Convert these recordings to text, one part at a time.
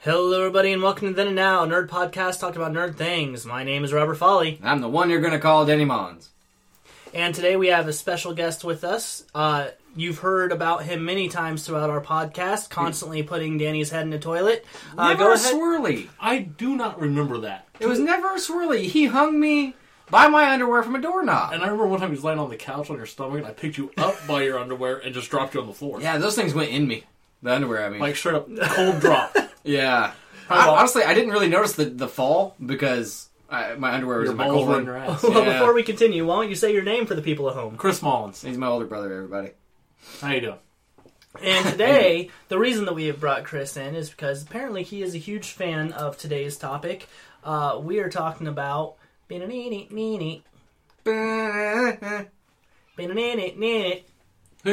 Hello, everybody, and welcome to Then and Now, a nerd podcast talking about nerd things. My name is Robert Folly, I'm the one you're gonna call Denny Mons. and today we have a special guest with us. Uh, you've heard about him many times throughout our podcast, constantly putting Danny's head in the toilet. Uh, never go a ahead. swirly. I do not remember that. It was never a swirly. He hung me by my underwear from a doorknob. And I remember one time he was laying on the couch on your stomach, and I picked you up by your underwear and just dropped you on the floor. yeah, those things went in me. The underwear, I mean. Like straight up cold drop. yeah. How I, about- honestly, I didn't really notice the, the fall because I, my underwear was Your in my balls were in colon. your ass. well, Yeah. before we continue, why don't you say your name for the people at home? Chris Mullins, He's my older brother, everybody. how you doing? And today, the reason that we have brought Chris in is because apparently he is a huge fan of today's topic. Uh, we are talking about. No, Who you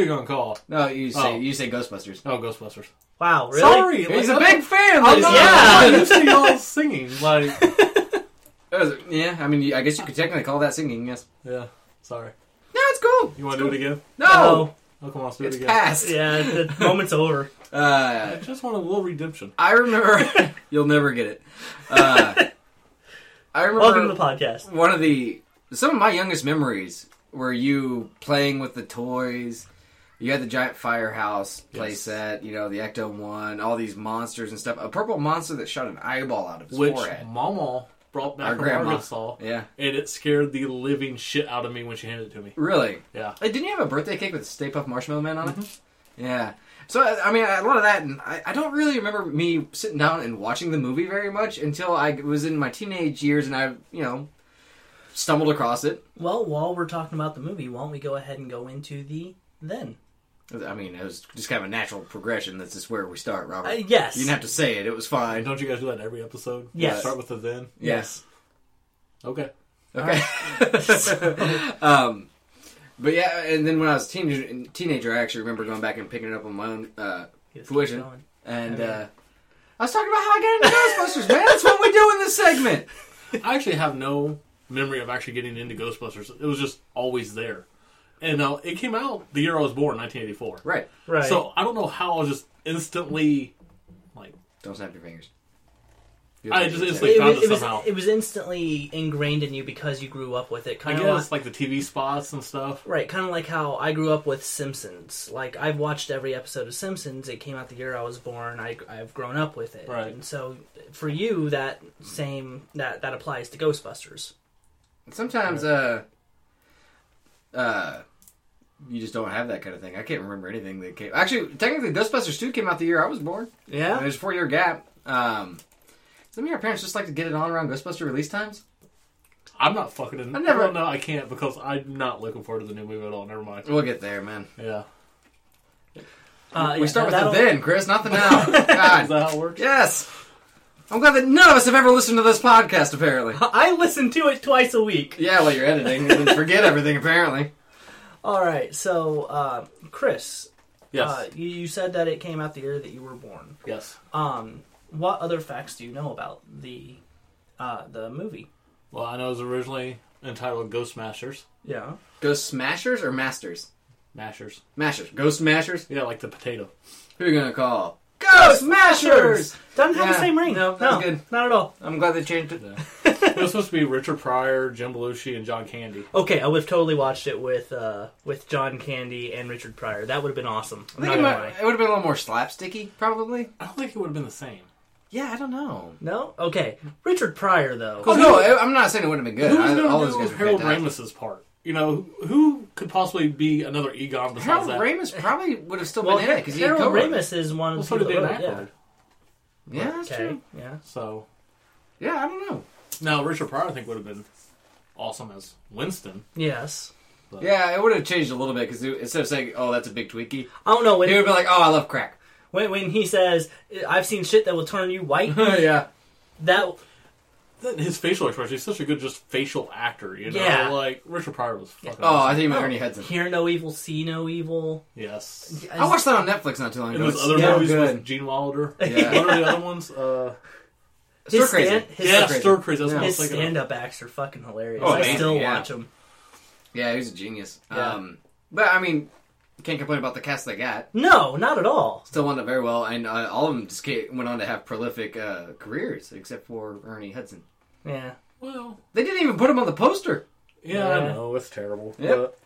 gonna call? you say Oh. you say Ghostbusters. Oh, Ghostbusters. Wow, really? Sorry, He's a like, big fan. I'm ladies not, and gentlemen. I'm not used to y'all singing. Like, That was- Yeah, I mean, you- I guess you could technically call that singing. Yes. yeah. Sorry. No, it's cool. You want to do it again? No, Oh, Oh, come on, let's do it's it again. past. yeah, the moment's over. Uh, I just want a little redemption. I remember. you'll never get it. Uh, I Welcome to the remember podcast. one of the some of my youngest memories were you playing with the toys. You had the giant firehouse Yes. playset, you know, the Ecto One, all these monsters and stuff. A purple monster that shot an eyeball out of his Which forehead. Mama brought back Our from grandma. Arkansas, Yeah, and it scared the living shit out of me when she handed it to me. really. Yeah. Hey, didn't you have a birthday cake with Stay Puft Marshmallow Man on it? Mm-hmm. Yeah. So I- I mean, a lot of that, and I, I don't really remember me sitting down and watching the movie very much until I was in my teenage years, and I, you know, stumbled across it. Well, while we're talking about the movie, why don't we go ahead and go into the then? I mean, it was just kind of a natural progression. That's just where we start, Robert. Uh, yes. You didn't have to say it; it was And fine. don't you guys do that in every episode? Yes. Start with the then. Yes. Okay. Okay. um, but yeah, and then when I was a teenager, teenager, I actually remember going back and picking it up on my own uh, Yes, Fruition. keep going. And I mean- uh, I was talking about how I got into Ghostbusters, man. That's what we do in this segment. I actually have no memory of actually getting into Ghostbusters. It was just always there. And uh, it came out the year I was born, 1984. Right. Right. So I don't know how I was just instantly, like, Don't snap your fingers. I just- it's it, They found was, it it, was, somehow. it was instantly ingrained in you because you grew up with it. I Kind of guess like, like the TV spots and stuff. right, kind of like how I grew up with Simpsons. Like I've watched every episode of Simpsons. It came out the year I was born. I, I've grown up with it. Right. And so for you, that same that that applies to Ghostbusters. sometimes uh uh you just don't have that kind of thing. I can't remember anything that came. Actually, technically, Ghostbusters two came out the year I was born. Yeah. There's a four year gap. Um, some of your parents just like to get it on around Ghostbuster release times. I'm not fucking. In, I never- Well, no, I can't because I'm not looking forward to the new movie at all. Never mind. We'll get there, man. Yeah. Uh, we start with that'll- the then, Chris, not the now. Is God, that how it works? yes. I'm glad that none of us have ever listened to this podcast. Apparently, I listen to it twice a week. yeah. While you're editing, and then forget everything. Apparently, All right, so uh, Chris, Yes. uh, you, you said that it came out the year that you were born. yes. Um, what other facts do you know about the uh, the movie? Well, I know it was originally entitled Ghost Masters. Yeah, Ghost Smashers or Masters? Mashers. Mashers. Ghost Smashers. Yeah, like the potato. Who are you gonna call? Ghost Smashers. doesn't have the Yeah. same ring. No, no, that's good. not at all. I'm glad they changed it. it was supposed to be Richard Pryor, Jim Belushi, and John Candy. Okay, I would have totally watched it with uh, with John Candy and Richard Pryor. That would have been awesome. I I'm not think gonna it, might, lie. it would have been a little more slapsticky, probably. I don't think it would have been the same. Yeah, I don't know. No, okay, Richard Pryor though. Oh no, I- I'm not saying it wouldn't have been good. Who was I, all going those to guys do were Harold fantastic. Ramis's part? You know, who, who could possibly be another Egon besides Harold that? Ramis probably would have still Well, been in it because he had Harold co-wrote it. Ramis is one of Well, the so people did Dan that wrote it, Aykroyd. Yeah, that's Yeah. Okay. true. Yeah. So Yeah, I don't know. now Richard Pryor, I think, would have been awesome as Winston. Yes. Yeah, it would have changed a little bit because instead of saying, "Oh, that's a big tweaky," I don't know when he would be like, "Oh, I love crack." when, when he says, "I've seen shit that will turn you white." yeah, That Then His facial expression—he's such a good, just facial actor. You know, Yeah. like Richard Pryor was fucking. Oh, I awesome. think about Ernie Hudson. hear no evil, see no evil. yes. I watched that on Netflix not too long And ago. those It's other so movies good. with Gene Wilder. Yeah. What are the other ones? Uh, Stir His Crazy. stand- his- yeah, Crazy. Stir Crazy. That's what I His was thinking. of. stand-up acts are fucking hilarious. Oh, I amazing, still yeah. watch them. Yeah, he was a genius. Yeah. Um, but I mean, Can't complain about the cast they got. No, not at all. Still wound up very well, and uh, all of them just ca- went on to have prolific uh, careers, except for Ernie Hudson. Yeah. Well, They didn't even put him on the poster. yeah, I Yeah. know it's terrible. Yep. but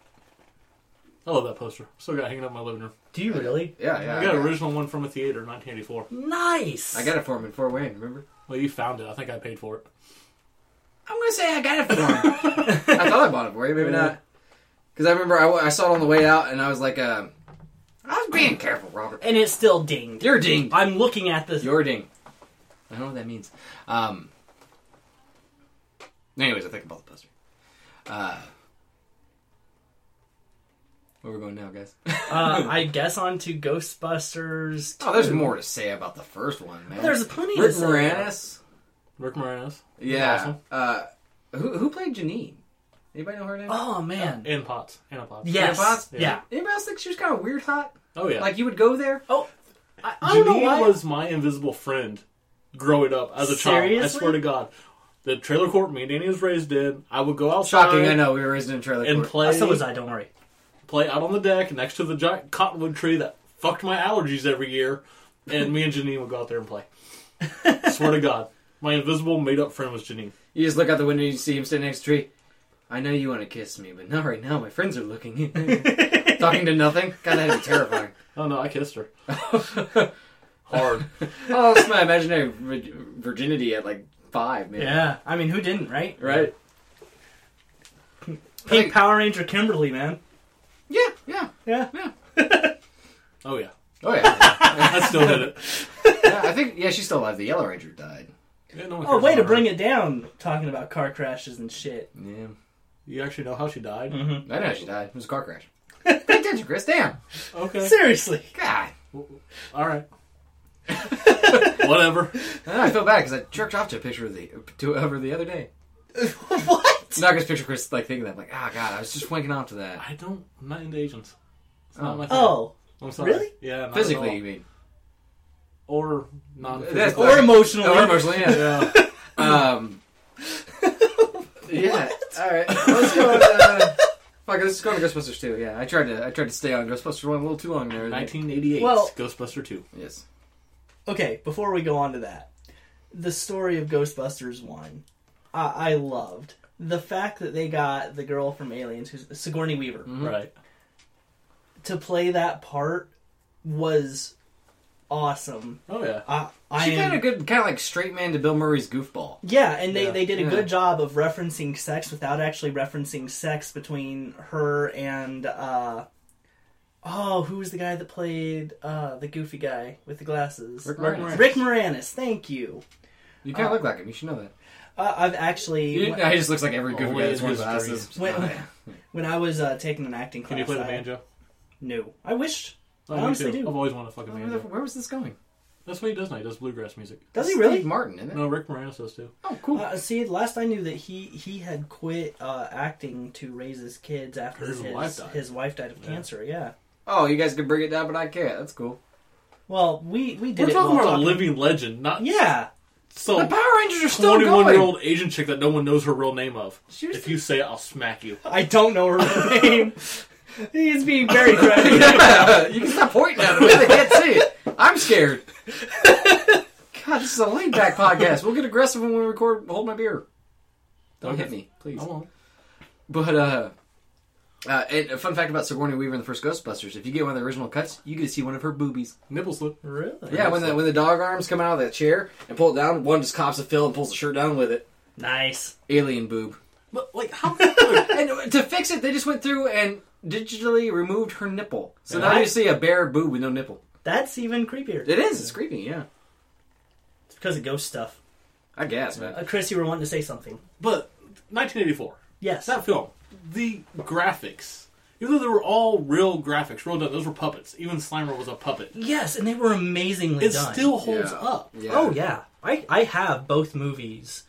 I love that poster. Still got it hanging up in my living room. Do you really? Yeah, yeah. I got an original one from a theater, 1984. Nice. I got it for him in Fort Wayne. Remember? Well, you found it. I think I paid for it. I'm gonna say I got it for him. I thought I bought it for you, maybe not. Because I remember I, wa- I saw it on the way out, and I was like, uh, I was being careful, Robert. and it still dinged. You're dinged. I'm looking at this. You're dinged. I don't know what that means. Um. Anyways, I think about the poster. Uh, where we going now, guys? uh, I guess on to Ghostbusters. oh, there's more to say about the first one, man. There's plenty Rick to say. Moranis. Rick Moranis Yeah. Awesome. Uh, who who played Janine? Anybody know her name? Oh man. and Potts. Anna Potts. yes. Boss? Yeah. Yeah. Anybody else think she was kind of weird hot? Oh yeah. Like you would go there? Oh, I, I don't know Janine why. was my invisible friend growing up as a child. I Seriously? swear to God. The trailer court me and Danny was raised in. I would go outside Shocking, I know. We were raised in a trailer and court. play Uh, so was I. Don't worry. play out on the deck next to the giant cottonwood tree that fucked my allergies every year. And me and Janine would go out there and play. swear to God. My invisible made up friend was Janine. you just look out the window and you see him standing next to the tree. I know you want to kiss me, but not right now. My friends are looking. Talking to nothing? God, that'd be terrifying. Oh no, I kissed her. Hard. Oh, that's my imaginary vir- virginity at like five, man. Yeah. I mean, who didn't, right? Right? Pink Like- Power Ranger Kimberly, man. Yeah, yeah. Yeah. Oh yeah. Oh, yeah. I still did it. yeah. I think, yeah, she's still alive. The Yellow Ranger died. Yeah, no one Oh, cares way to about her. bring it down. Talking about car crashes and shit. Yeah. You actually know how she died? Mm-hmm. I know how she died. It was a car crash. Pay attention, Chris. Damn. Okay. Seriously. God. All right. Whatever. I, know, I feel bad because I jerked off to a picture of the to over the other day. what? It's not just picture Chris like thinking that like oh god I was just wanking off to that I don't. I'm not into Asians. It's Oh. not my thing. Oh. I'm sorry. really? Yeah. not at physically you all. mean or non. That's- physical Or emotionally. oh, emotionally yeah Yeah. um yeah all right let's go uh, fuck let's go on to Ghostbusters two yeah I tried to I tried to stay on Ghostbusters one a little too long there 1988. Well- Ghostbuster 2. yes okay, before we go on to that, the story of Ghostbusters 1, I, I loved. The fact that they got the girl from Aliens, who's Sigourney Weaver, Right. to play that part was awesome. Oh yeah. I, I she am- got a good kind of like straight man to Bill Murray's goofball yeah, and they, Yeah. they did a Yeah. good job of referencing sex without actually referencing sex between her and, uh, oh, who was the guy that played uh, the goofy guy with the glasses? Rick Rick Moranis. Moranis. Rick Moranis, thank you. you Oh. kind of look like him you should know that Uh, I've actually. You- he just looks like every goofy guy Only that's in wearing his glasses Wait, Oh, yeah. When I was uh, taking an acting class, Can you play the I- banjo? No, I wish. Oh, I me honestly too. do. I've always wanted a fucking where, the- banjo. where was this going That's what he does now. He does bluegrass music. Does he Steve really? Martin isn't it No, Rick Moranis does too. oh cool Uh, see, last I knew that he he had quit uh, acting to raise his kids after His his wife died. his wife died of cancer. Yeah. oh you guys can bring it down but I can't that's cool Well, we we did We're it talking while about a living legend, not Yeah. Oh. the some Power Rangers are still 21 going year old Asian chick that no one knows her real name of. She was if the- you say it, I'll smack you. I don't know her name. He's being very credible. Yeah, you can stop pointing at them. They can't see it. I'm scared. God, this is a laid back podcast. We'll get aggressive when we record. Hold my beer. Don't hit me, please. I won't. But uh, uh, and a fun fact about Sigourney Weaver in the first Ghostbusters: if you get one of the original cuts, you get to see one of her boobies. Nipple slip. really? Yeah, when the when the dog arms come out of that chair and pull it down, one just cops a fill and pulls the shirt down with it. Nice. Alien boob. But like how could And to fix it, they just went through and digitally removed her nipple. So now Yeah. you see a bare boob with no nipple. That's even creepier. It is. It's creepy. Yeah, It's because of ghost stuff. I guess, man. Uh, Chris, you were wanting to say something. But 1984. Yes. That film. The graphics. Even though they were all real graphics, real done, those were puppets. Even Slimer was a puppet. Yes, and they were amazingly It done. still holds Yeah. up. Yeah. Oh yeah, I I have both movies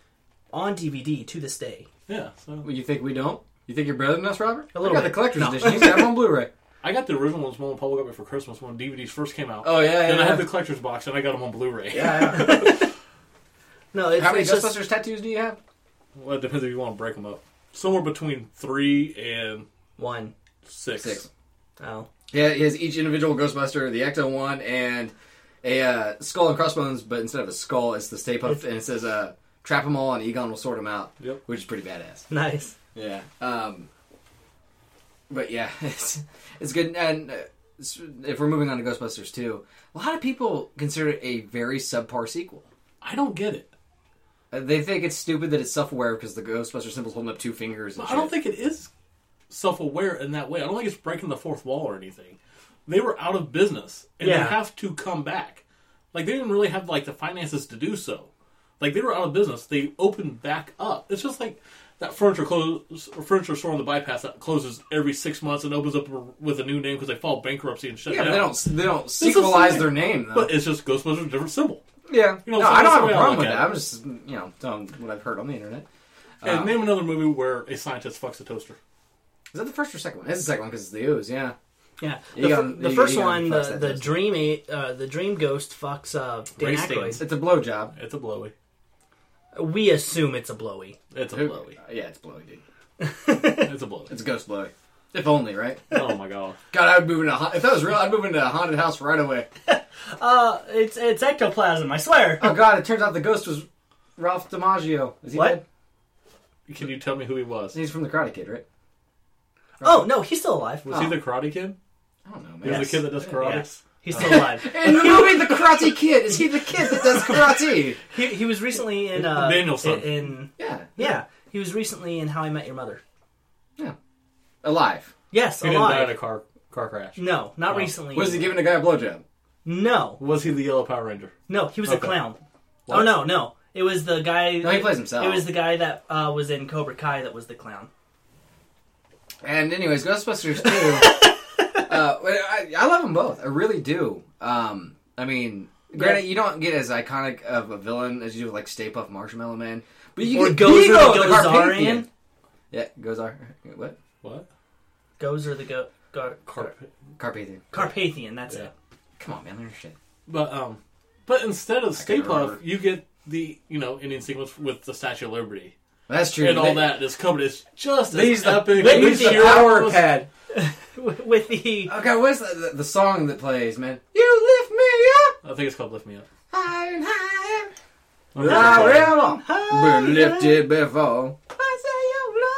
on DVD to this day. Yeah. So Well, you think we don't? You think you're better than us, Robert? A little I got bit. the collector's No. edition. He's got them on Blu-ray. I got the original ones when Paul got me for Christmas when DVDs first came out. Oh, yeah, yeah, Then I yeah. had the collector's box and I got them on Blu-ray. Yeah. No, it's, How many it's just- Ghostbusters tattoos do you have? Well, it depends if you want to break them up. Somewhere between three and One. six. Six. Oh. Yeah, he has each individual Ghostbuster, the Ecto one, and a uh, skull and crossbones, but instead of a skull, it's the Stay Puft, and it says, uh, "Trap them all, and Egon will sort them out," Yep. which is pretty badass. Nice. Yeah. Um, but yeah, it's it's good. And uh, s- if we're moving on to Ghostbusters two, a lot of people consider it a very subpar sequel. I don't get it. Uh, They think it's stupid that it's self-aware because the Ghostbuster symbol's holding up two fingers. And I don't shit. think it is self-aware in that way. I don't think it's breaking the fourth wall or anything. They were out of business, and Yeah. they have to come back. Like they didn't really have like the finances to do so. Like they were out of business. They opened back up. It's just like that furniture close furniture store on the bypass that closes every six months and opens up with a new name because they file bankruptcy and shut Yeah, but down. they don't they don't It's the sequelize same. their name though. But it's just Ghostbusters, a different symbol. yeah, you know, no, so I that's don't have the a way I problem with look that. at it. I'm just you know telling what I've heard on the internet. Oh. And name another movie where a scientist fucks a toaster. Is that the first or second one? It's the second one because it's the ooze. Yeah, Yeah. The, You fir- got- the you- first you got one, fucks the, that the ghost. dream a- uh, the dream ghost fucks uh, Dan Race Aykroyd. things. it's a blowjob. It's a blowy. We assume it's a blowy. It's a Who- blowy. Yeah, it's blowy, dude. It's a blowy. It's a ghost blowy. If only, right? oh my god. God, I'd move into a, hau- if that was real, I'd move into a haunted house right away. Uh, it's it's ectoplasm. I swear. Oh God! It turns out the ghost was Ralph DiMaggio. Is he What? dead? Can you tell me who he was? He's from the Karate Kid, right? Oh no, he's still alive. Was he the Karate Kid? I don't know, He man. was the kid that does karate. Yes, he's still alive. In the movie The Karate Kid, is he the kid that does karate? he, he was recently in uh, Danielson. In, in- Yeah, yeah, he was recently in How I Met Your Mother. alive. Yes, He didn't die in alive. a Oh. car car crash. No, not recently. Was he giving a guy a blowjob? No, Was he the Yellow Power Ranger? no, he was a Okay. clown. What? Oh no, no, it was the guy. No, he plays himself. It was the guy that uh, was in Cobra Kai that was the clown. And anyways, Ghostbusters two. uh, well, I, I love them both. I really do. Um, I mean, granted, you don't get as iconic of a villain as you do with like Stay Puft Marshmallow Man, but you Or get Gozer Beagle the the Gozarian. Carpathian. Yeah, Gozar. What? What? Gozer the go- Gar- Car- Carpathian. Carpathian. That's Yeah. it. Come on, man, learn your shit. But um, but instead of Stay can't Puft, remember. you get the you know Indian sequence with the Statue of Liberty That's true. and all They- that is covered. It's just They as use the- epic. they and use the sheer- power pad. With the Okay, what's the, the, the song that plays, man? You lift me up I think it's called Lift Me Up. Oh, higher and higher. Ah, I'm really sorry. I will been lifted before. I say you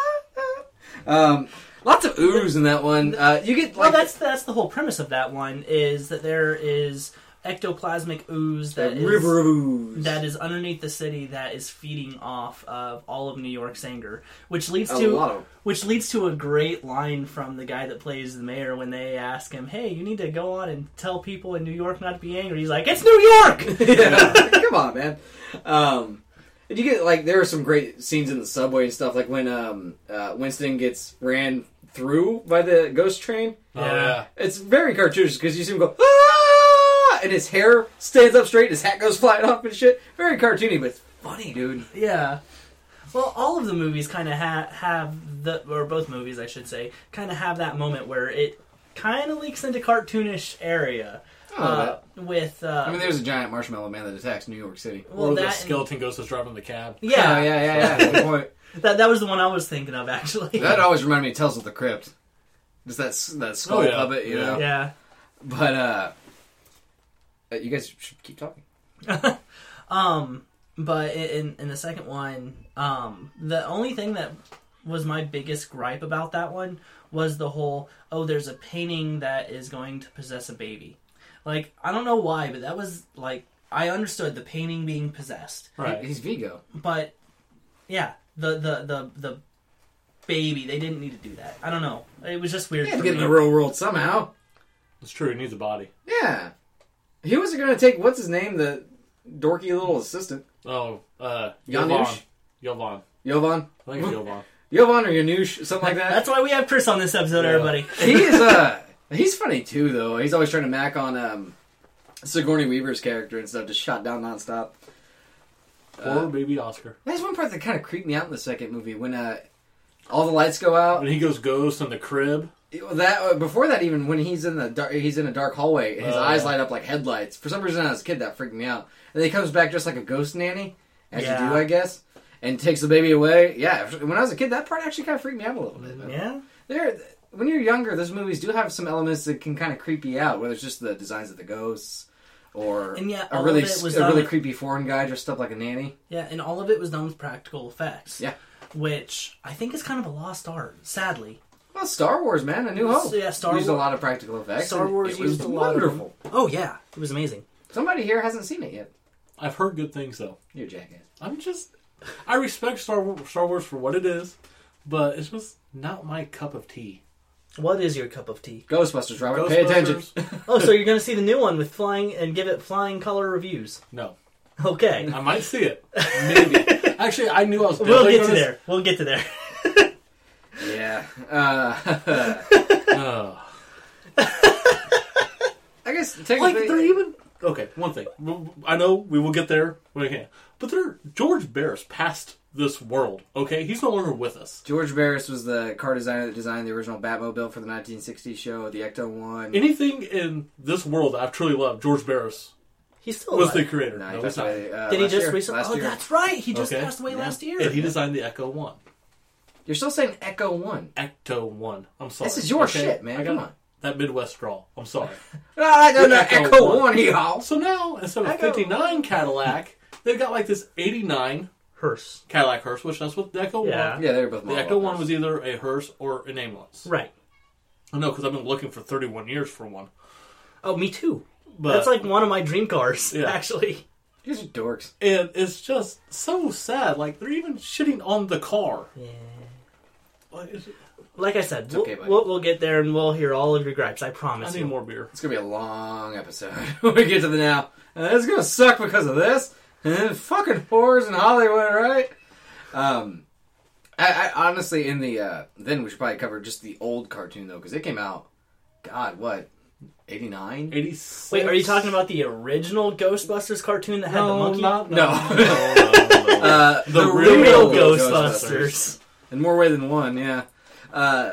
love. Um, lots of oohs in that one. Uh, you get well, like that's that's the whole premise of that one is that there is ectoplasmic ooze a that is river of oohs. that is underneath the city that is feeding off of all of New York's anger, which leads a to lot of which leads to a great line from the guy that plays the mayor when they ask him, "Hey, you need to go on and tell people in New York not to be angry." He's like, "It's New York." yeah. Come on, man. Um, and you get like there are some great scenes in the subway and stuff, like when um, uh, Winston gets ran through by the ghost train. Oh, Yeah. yeah. It's very cartoonish because you see him go ah, and his hair stands up straight, his hat goes flying off and shit. Very cartoony, but it's funny, dude. yeah. Well, all of the movies kind of ha- have the or both movies, I should say, kind of have that moment where it kind of leaks into cartoonish area I love uh, with. Uh, I mean, there's a giant marshmallow man that attacks New York City. well, or that the and- skeleton ghost is driving the cab. yeah, Oh, yeah, yeah, yeah. Good point. That that was the one I was thinking of actually. That always reminded me of Tales of the Crypt. Just that s- that skull Oh, yeah. puppet, you Yeah. know. yeah. But uh, uh, you guys should keep talking. Um, but in in- in the second one, um, the only thing that was my biggest gripe about that one was the whole oh, there's a painting that is going to possess a baby. Like I don't know why, but that was like I understood the painting being possessed, He- Right. He's Vigo. but yeah, the the the the baby they didn't need to do that. I don't know. It was just weird. He had to for get in me. the real world somehow. It's true. He needs a body. Yeah. He wasn't going to take what's his name, the dorky little assistant, Oh, uh, Yovan. Janusz? Yovan. Jovan. I think it's Yovan. Jovan or Yanush, something like that. That's why we have Chris on this episode, Yeah. everybody. he is uh he's funny too though. He's always trying to mac on um Sigourney Weaver's character and stuff, just shot down nonstop. Poor baby Oscar. That's one part that kind of creeped me out in the second movie when uh all the lights go out. When he goes ghost in the crib. It- That uh, before that even when he's in the dark, he's in a dark hallway and his Oh, eyes yeah. light up like headlights. For some reason, when I was a kid, that freaked me out. And then he comes back just like a ghost nanny, as you Yeah. do, I guess, and takes the baby away. Yeah, when I was a kid, that part actually kind of freaked me out a little bit. Yeah. There, when you're younger, those movies do have some elements that can kind of creep you out, whether it's just the designs of the ghosts or And yeah, all a of really it was a done really with- creepy foreign guy dressed up like a nanny. Yeah, and all of it was done with practical effects. Yeah. Which I think is kind of a lost art, sadly. Well, Star Wars, man, A New Hope. yeah, Star used War- a lot of practical effects. Star and Wars it was used a lot of- wonderful. Oh yeah, it was amazing. Somebody here hasn't seen it yet. I've heard good things though. You jackass. I'm just, I respect Star Wars, Star Wars for what it is, but it's just not my cup of tea. What is your cup of tea? Ghostbusters, Robert. Pay attention. Ghostbusters? Oh, so you're gonna see the new one with flying and give it flying color reviews. No, Okay. I might see it. Maybe. Actually, I knew I was. We'll definitely get to gonna- there. We'll get to there. Yeah. Uh, Ugh. I guess technically, like they're even okay. One thing W- I know, we will get there when we can. But they're George Barris passed this world. Okay, he's no longer with us, George Barris was the car designer that designed the original Batmobile for the 1960s show, the Ecto One. anything in this world that I've truly loved, George Barris He's still was alive. the creator. No, No, Oh he he's passed not. away, uh, Did he last just year. recently? Last Oh, year. that's right. He just Okay. passed away Yeah. last year. And he designed the Echo One, You're still saying Echo One. Ecto One. I'm sorry, This is your okay? shit, man. I Come got on. that Midwest drawl. I'm sorry. Ah, I don't know Echo Echo One. One, y'all. so now instead of a Echo 59 Cadillac, they've got like this 89 hearse. Cadillac hearse, which that's what the Echo Yeah. One. Yeah, they're both. The Echo One was either a hearse or an ambulance. Right. I know because I've been looking for 31 years for one. Oh, me too. But That's like one of my dream cars, Yeah. actually. These are dorks. and it's just so sad. Like they're even shitting on the car. Yeah. Like, it's- Like I said, we'll, okay, buddy. we'll, we'll get there and we'll hear all of your gripes. I promise I need you. more beer. It's gonna be a long episode when we get to the now. And it's gonna suck because of this. And then fucking whores in Hollywood, right? Um, I, I honestly, in the uh, then we should probably cover just the old cartoon though, because it came out. God, what? Eighty nine. 86. Wait, are you talking about the original Ghostbusters cartoon that had no, the monkey? Not, No. no, no, no, no. Uh, the, real Real Real Ghostbusters. in more way than one. Yeah. Uh,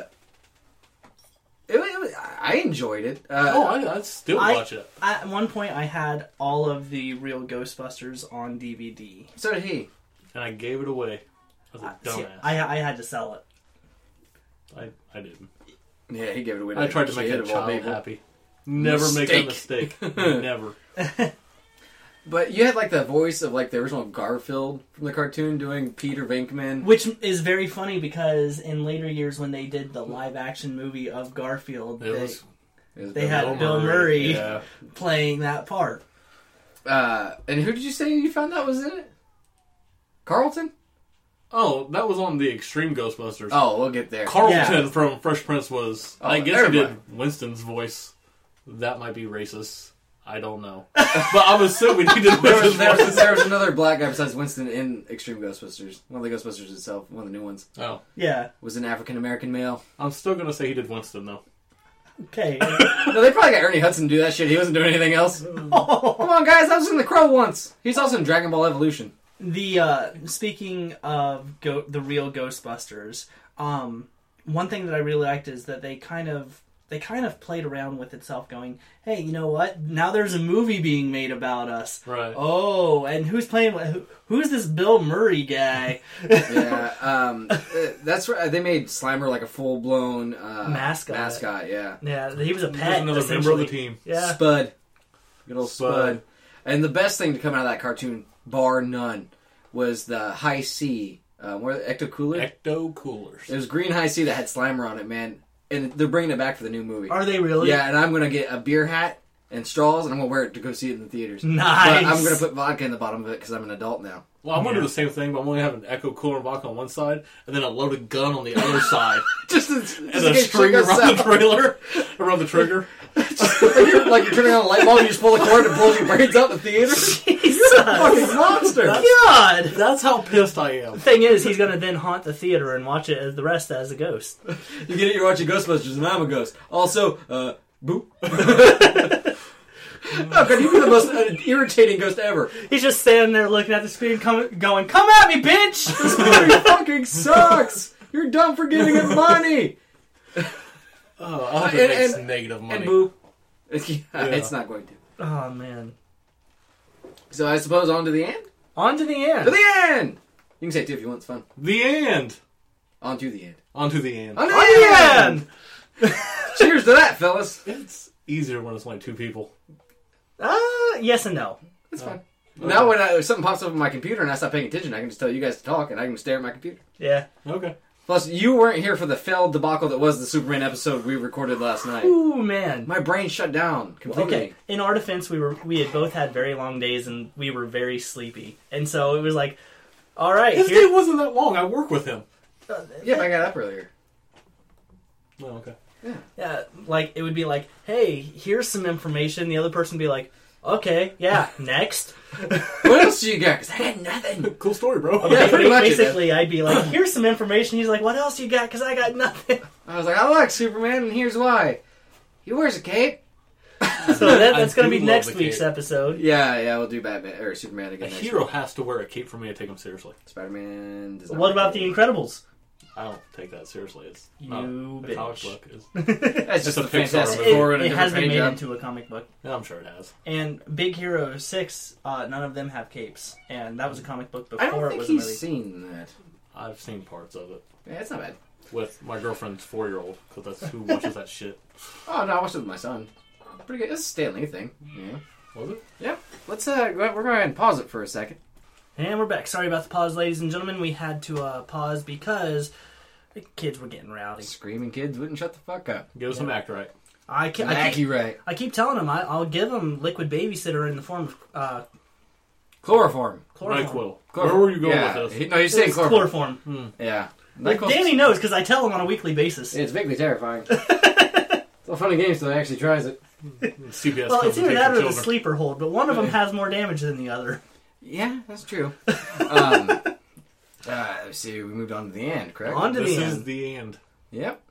it, wa- it, wa- I enjoyed it. Uh, oh, I, I'd still I- watch it. I- At one point, I had all of the real Ghostbusters on DVD. so did he. And I gave it away. I was a Uh, See, dumbass. I, I, I had to sell it. I, didn't. Yeah, he gave it away. I tried to make a it child happy. Never make that mistake. Never. But you had like the voice of like the original Garfield from the cartoon doing Peter Venkman. Which is very funny because in later years, when they did the live action movie of Garfield, It they, was It was they Bill had Murray. Bill Murray. Yeah. playing that part. Uh, and who did you say you found out was in it? Carlton. Oh, that was on the Extreme Ghostbusters. Oh, we'll get there. Carlton from Fresh Prince was. I Oh, guess never he did mind. Winston's voice. That might be racist. I don't know. but I'm assuming he did there, was, Winston's there, was, voice. there was another black guy besides Winston in Extreme Ghostbusters. One of the Ghostbusters itself, one of the new ones, Oh, Yeah. was an African American male. I'm still gonna say he did Winston though. Okay. No, they probably got Ernie Hudson to do that shit. He wasn't doing anything else. Mm. Come on, guys. I was in The Crow once. He's also in Dragon Ball Evolution. the uh, speaking of go- the real Ghostbusters, um, one thing that I really liked is that they kind of they kind of played around with itself, going, "Hey, you know what? Now there's a movie being made about us." Right. Oh, and who's playing? who- Who's this Bill Murray guy? Yeah, um, uh, that's where they made Slimer like a full blown uh, Mascot. Mascot, yeah. yeah, he was a He was pet. another member of the essentially. team. Yeah. Spud. Good old Spud. Spud. And the best thing to come out of that cartoon, bar none, was the High C, uh, where Ecto Cooler. Ecto coolers. it was Green High C that had Slimer on it, man. And they're bringing it back for the new movie. Are they really? Yeah, and I'm gonna get a beer hat and straws, and I'm gonna wear it to go see it in the theaters. Nice. But I'm gonna put vodka in the bottom of it because I'm an adult now. Well, I'm gonna do the same thing, but I'm gonna have an Echo cooler box on one side and then a loaded gun on the other side, Just, to, just and to a get string triggers around out. the trailer, around the trigger. like, you're, like you're turning on a light bulb, you just pull the cord, and pulls your brains out the theater. Jesus. Fucking monster. God. That's how pissed I am. Thing is, he's gonna then haunt the theater and watch it as the rest as a ghost. You get it, you're watching Ghostbusters, and I'm a ghost. Also, uh, boop. oh, God, you were the most uh, irritating ghost ever. He's just standing there looking at the screen, coming, going, "Come at me, bitch!" This movie fucking sucks. You're dumb for giving it money. Oh, I hope And- it makes and- negative money. And boop. Yeah, It's not going to. oh man. So I suppose on to the end? On to the To end. the end! You can say it too if you want, it's fun. the end. On to the end. On to the end. On to the, On the end. Cheers to that, fellas. It's easier when it's only two people. Uh, yes and no. That's fine. Now when I, if something pops up on my computer and I stop paying attention, I can just tell you guys to talk and I can stare at my computer. Yeah. Okay. Plus, you weren't here for the failed debacle that was the Superman episode we recorded last night. Ooh man. My brain shut down completely. Okay. In our defense, we were we had both had very long days and we were very sleepy, and so it was like, all right, His here, day wasn't that long. I work with him. Yeah, but I got up earlier. Oh, okay. yeah, uh, like it would be like, hey, here's some information. The other person would be like, okay, yeah, next. what else do you got? 'Cause I got nothing. Cool story, bro. Yeah, pretty Ba- much it is. Basically, I'd be like, here's some information. He's like, what else you got? Because I got nothing. I was like, I like Superman, and here's why. He wears a cape. So that, I that's going to do be love next the week's cape. episode. Yeah, yeah, we'll do Batman or Superman A again. Next hero has to wear a cape for me to take him seriously. Spider Man. What about the Incredibles? I don't take that seriously. It's uh, You not a comic bitch. book. Is, That's just It's a a Pixar fantastic movie. four It, and a it has different been page made up. into a comic book. yeah, I'm sure it has. And Big Hero Six, uh, none of them have capes, and that was a comic book before I don't it think was he's a movie. seen that. I've seen parts of it Yeah, it's not bad. with my girlfriend's four-year-old because that's who watches that shit. Oh no, I watched it with my son. Pretty good. It's a Stanley thing. Yeah. Was it? Yeah. Let's uh, go- we're going to ahead and pause it for a second. And we're back. Sorry about the pause, ladies and gentlemen. We had to uh, pause because the kids were getting rowdy. Screaming kids wouldn't shut the fuck up. Give us some act right. I, ca- I, Mackie keep, right. I keep telling them I, I'll give them liquid babysitter in the form of uh, Chloroform. chloroform. NyQuil. Where Chloroform. were you going Yeah. with He- this? no, he's It's saying chloroform. chloroform. Yeah. Like, Nyquil's- Danny knows because I tell him on a weekly basis. It's vaguely terrifying. it's a funny game, so he actually tries it. CPS well, comes it's and either takes that or your the children. sleeper hold, but one of them has more damage than the other. Yeah, that's true. um, uh, let's see, we moved on to the end, correct? On to This the is end. the end. Yep.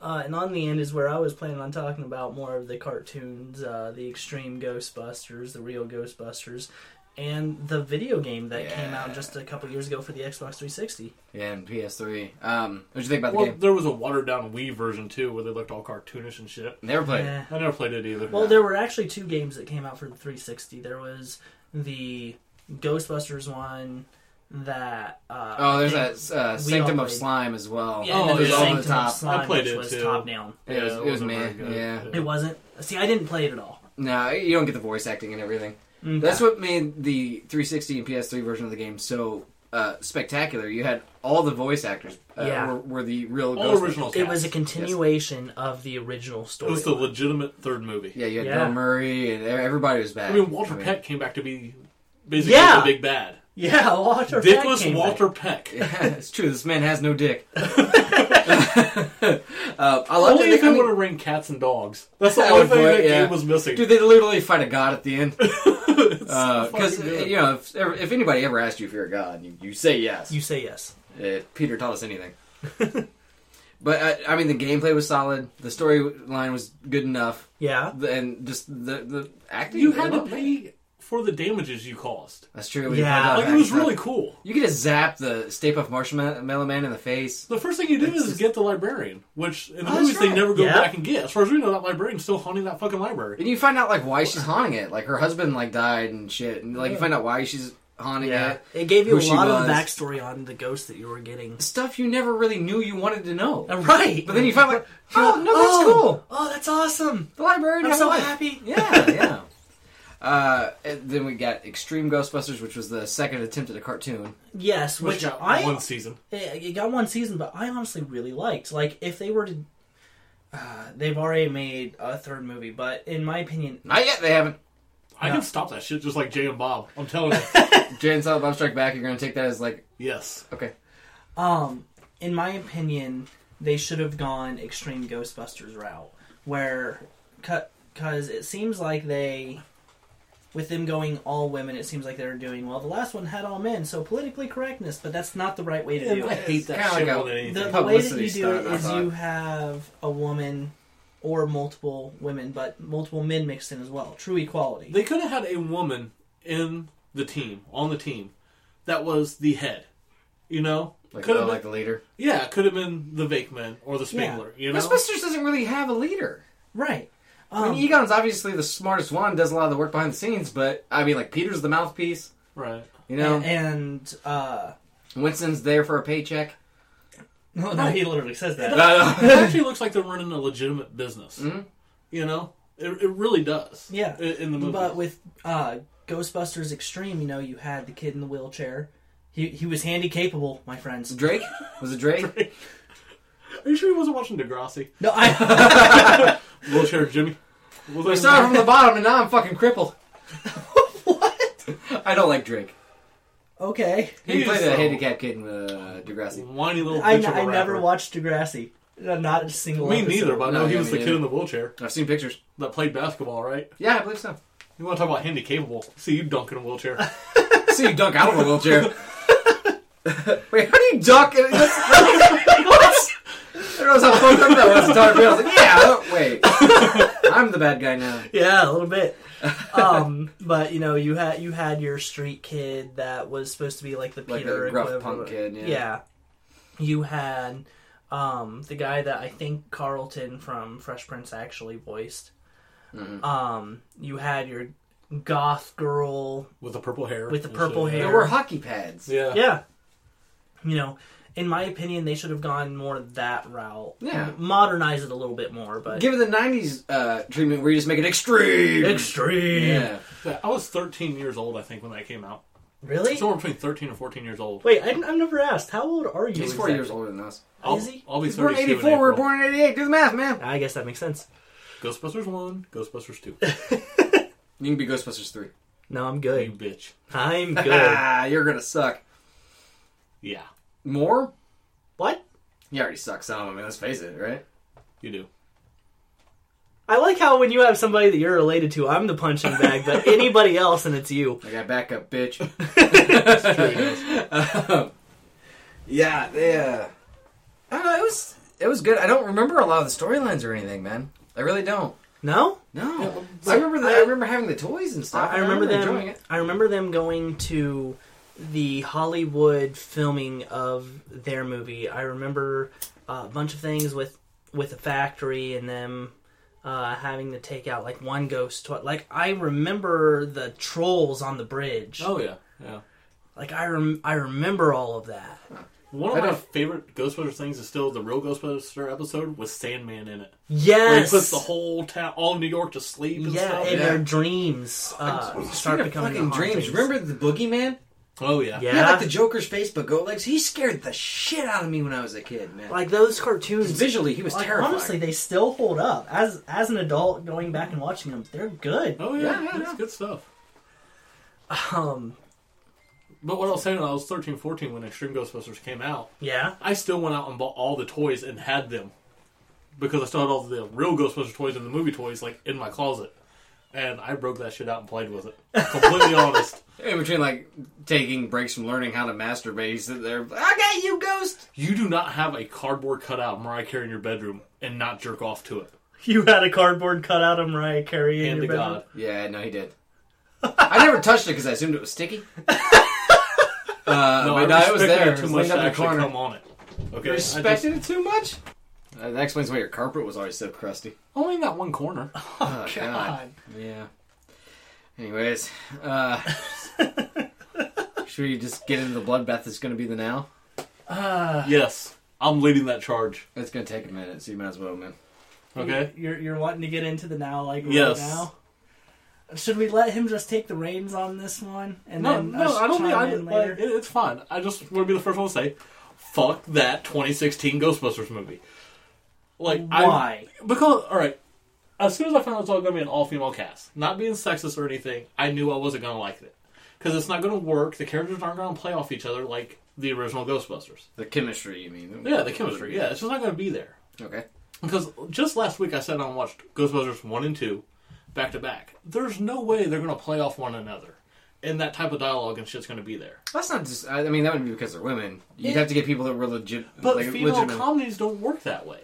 Uh, and on the end is where I was planning on talking about more of the cartoons, uh, the extreme Ghostbusters, the real Ghostbusters, and the video game that came out Yeah. just a couple years ago for the Xbox 360. Yeah, and PS3. Um, what'd you think about the Well, game? there was a watered down Wii version too, where they looked all cartoonish and shit. Never played. it. Yeah. I never played it either. Well, there were actually two games that came out for the 360. There was the Ghostbusters one that. Uh, Oh, there's I that think- uh, we Sanctum all of played. Slime as well. Yeah, and Oh, then there's yeah. Sanctum over of the top. Slime, I played which it, was too. top down. It was- it was wasn't very meh, good. yeah. It wasn't. See, I didn't play it at all. No, you don't get the voice acting and everything. That's what made the 360 and PS3 version of the game so uh, spectacular. You had all the voice actors uh, Yeah. were, were the real All Ghostbusters. original It was a cast. continuation of the original It story. was the legitimate third movie. Yeah, you had Yeah. Bill Murray and e- everybody was back. I mean, Walter Peck came back to be basically Yeah. the big bad. yeah, Walter Peck Dickless came Walter Peck. Yeah, it's true. This man has no dick. uh, I love Only it. if I it mean, would have rained cats and dogs. That's the That only would thing work, that yeah. game was missing. Dude, they literally fight a god at the end. Because, fucking good. you know, if, if anybody ever asked you if you're a god, you, you say yes. You say yes. if Peter taught us anything. but uh, I, I mean, the gameplay was solid. The storyline was good enough, Yeah. the- and just the the acting. you they had to loved it. pay for the damages you caused. That's true. we Yeah. had to Like it act was stuff. really cool. You get to zap the Stay Puft Marshmallow Man in the face. The first thing you do is get the librarian, which in the Oh, that's movies they right. never go Yeah. back and get. As far as we know, that librarian's still haunting that fucking library. And you find out like why she's haunting it. Like her husband like died and shit. And like you find out why she's haunting it. It gave you Who a she lot of was. backstory on the ghost that you were getting. Stuff you never really knew you wanted to know. Uh, Right. But then you find like, oh no, that's oh, cool. Oh, that's awesome. The librarian. I'm has a so life. happy. Yeah, yeah. Uh, and then we got Extreme Ghostbusters, which was the second attempt at a cartoon. Yes, uh, Which, which, got I one season. it it got one season, but I honestly really liked. Like, if they were to, uh, they've already made a third movie, but in my opinion, Not yet, they haven't. I No. can stop that shit just like Jay and Bob. I'm telling you. Jay and Silent Bob Strike Back, you're going to take that as like, yes. okay. um, in my opinion, they should have gone extreme Ghostbusters route, where cut because it seems like they. With them going all women, it seems like they're doing well. The last one had all men, so politically correctness, but that's not the right way to do I it. hate that kinda shit like a- more than anything. the, the way that Publicity you do stunt, it I is thought. you have a woman or multiple women, but multiple men mixed in as well. True equality. They could have had a woman in the team, on the team, that was the head. You know? Like, could oh, have been, like the leader. yeah, could have been the Vakeman or the Spangler. You know? Ghostbusters doesn't really have a leader. Right. I Um, mean, Egon's obviously the smartest one, does a lot of the work behind the scenes, but I mean, like, Peter's the mouthpiece, Right. you know? And uh, Winston's there for a paycheck. No, no, he literally says that. No, it no. actually looks like they're running a legitimate business. Mm-hmm. You know, it, it really does. Yeah. i- in the movie. But with uh, Ghostbusters Extreme, you know, you had the kid in the wheelchair. He he was handy capable, my friends. Mm-hmm. Drake? Was it Drake? Are you sure he wasn't watching Degrassi? No, I Wheelchair Jimmy. Was I that- started from the bottom and now I'm fucking crippled. what? I don't like Drake. Okay, He He's played a so- handicapped kid in uh, Degrassi. Whiny little bitch I, of a I never rapper. watched Degrassi. No, Not a single. Me episode. neither, but I know No, he yeah, was me the kid neither. in the wheelchair I've seen pictures. that played basketball, right? Yeah, I believe so. You want to talk about handy capable? See you dunk in a wheelchair. See you dunk out of a wheelchair. Wait, how do you dunk? in- That's, what? I realized how fucked up that was. until I realized, like, yeah, I don't- wait. I'm the bad guy now. Yeah, a little bit. Um, but you know, you had you had your street kid that was supposed to be like the Like Peter the gruff equivalent. punk kid, yeah. You had um, the guy that I think Carlton from Fresh Prince actually voiced. Mm-hmm. Um, you had your goth girl. with the purple hair. With the and purple shit. hair. There were hockey pads. Yeah. Yeah. You know, in my opinion, they should have gone more that route. Yeah. Modernize it a little bit more, but Give it the 90s uh, treatment where you just make it extreme. extreme. Yeah. Yeah, I was 13 years old, I think, when that came out. Really? Somewhere between 13 and 14 years old. Wait, I, I've never asked. How old are you? He's four exactly? years older than us. I'll, Is he? I'll be He's born 32 in in 84, we're April. born in 88. Do the math, man. I guess that makes sense. Ghostbusters 1, Ghostbusters 2. You can be Ghostbusters 3. No, I'm you good. bitch. I'm good. Ah, you're gonna suck. Yeah, More? what? He already sucks some, I mean, let's face it, right? you do. I like how when you have somebody that you're related to, I'm the punching bag, but anybody else and it's you. I got backup, bitch. Um, He does. yeah, yeah. I don't know, it was, it was good. I don't remember a lot of the storylines or anything, man. I really don't. No? No. I remember the, I, I- remember having the toys and stuff. I remember enjoying them. it. I remember them going to the Hollywood filming of their movie. I remember uh, a bunch of things with with the factory and them uh, having to take out like one ghost. Tw- like I remember the trolls on the bridge. Oh, yeah. Yeah. Like I rem- I remember all of that. One I of my don't- favorite Ghostbusters things is still the real Ghostbuster episode with Sandman in it. Where he Yes. puts the whole town, all of New York to sleep and yeah, stuff. and Yeah. their dreams uh, start Speaking of becoming fucking the dreams. hauntings. Remember the boogeyman? Oh, yeah. Yeah. Yeah. like the Joker's face, but goat legs. He scared the shit out of me when I was a kid, man. like those cartoons visually, he was Like, terrifying. honestly, they still hold up. As as an adult, going back and watching them, they're good. Oh, Yeah, yeah. yeah, That's yeah. good stuff. Um, But what I was saying, when I was 13, 14 when Extreme Ghostbusters came out, yeah, I still went out and bought all the toys and had them because I still had all the real Ghostbusters toys and the movie toys like in my closet, and I broke that shit out and played with it. Completely honest, In between, like taking breaks from learning how to masturbate, he's sitting there. Okay, you ghost. you do not have a cardboard cutout of Mariah Carey in your bedroom and not jerk off to it. you had a cardboard cutout of Mariah Carey in And your to bedroom. God, Yeah, no, he did. I never touched it because I assumed it was sticky. Uh, no, but I no, it was respected there. it It too was much leaned to up in the actually corner. come on it. Okay, I just- Respected it too much. Uh, that explains why your carpet was always so crusty. only in that one corner. Oh, Yeah. Anyways, uh, should we just get into the bloodbath? That's going to be the now. yes, I'm leading that charge. It's going to take a minute, so you might as well, man. Okay, You're you're wanting to get into the now, like Yes. right now. Should we let him just take the reins on this one? And no, then no, us I don't chime think I, in like, later. it, it's fine. I just want to be the first one to say, fuck that 2016 Ghostbusters movie. Like I- Why? Because all right, as soon as I found out it was all going to be an all female cast, not being sexist or anything, I knew I wasn't going to like it because it's not going to work. The characters aren't going to play off each other like the original Ghostbusters. The chemistry, you mean? Yeah, the chemistry. Yeah, it's just not going to be there. Okay. Because just last week I sat down and watched Ghostbusters one and two back to back. There's no way they're going to play off one another, and that type of dialogue and shit's going to be there. That's not just. I I mean, that would be because they're women. You'd have to get people that were legit. But like, female legitimate. comedies don't work that way.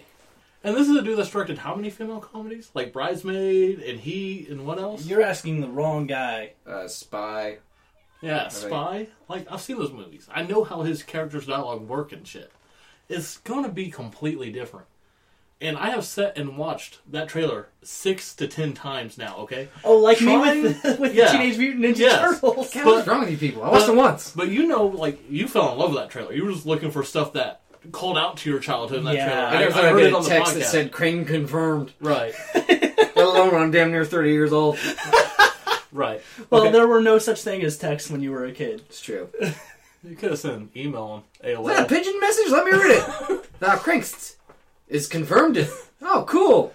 And this is a dude that's directed how many female comedies? Like Bridesmaid and He and what else? You're asking the wrong guy. uh, spy. Yeah, Spy. Like I've seen those movies. I know how his character's dialogue work and shit. It's gonna be completely different. And I have sat and watched that trailer six to ten times now. Okay, Oh, like Trying- me with with Yeah. Teenage Mutant Ninja Yes. Turtles. God, what's wrong with you people? I watched but- it once. but you know, like you fell in love with that trailer. You were just looking for stuff that called out to your childhood in that Yeah. trailer. I I never I thought I'd heard get it a on the text podcast. that said Crane confirmed. right, Let alone when I'm damn near 30 years old. right. Well, Okay. there were no such thing as text when you were a kid. It's true. you could have sent an email on AOL. Is that a pigeon message? Let me read it. Now, Crankst is confirmed. Oh, cool.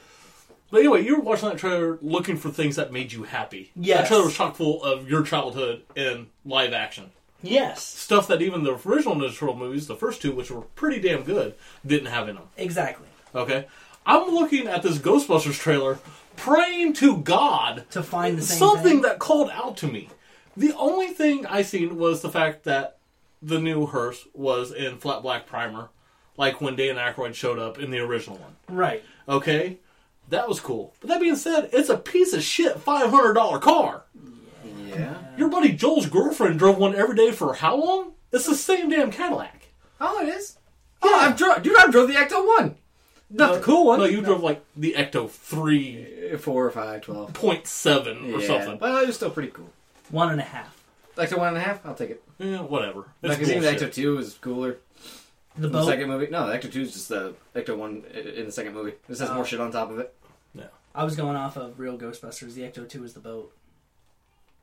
But anyway, you were watching that trailer looking for things that made you happy. Yes. That trailer was chock full of your childhood in live action. Yes, Stuff that even the original Ninja Turtle movies, the first two, which were pretty damn good, didn't have in them. exactly. Okay? I'm looking at this Ghostbusters trailer praying to God To find the same something thing. that called out to me. The only thing I seen was the fact that the new hearse was in flat black primer, like when Dan Aykroyd showed up in the original one. right. Okay, that was cool. But that being said, it's a piece of shit five hundred dollar car. Yeah. Your buddy Joel's girlfriend drove one every day for how long? It's the same damn Cadillac. Oh, it is. Oh, I've dro- dude, I drove the Ecto one. Not the cool one. No, you drove like the Ecto three Uh, four or five, twelve, point seven or yeah. something. Well, it was still pretty cool. One and a half. Ecto one and a half. I'll take it. Yeah, whatever. It's Because even the Ecto bullshit. two was cooler. The In the boat. second movie. No, the Ecto two is just the Ecto one i- in the second movie. This has more shit on top of it. I was going off of real Ghostbusters. The Ecto Two is the boat.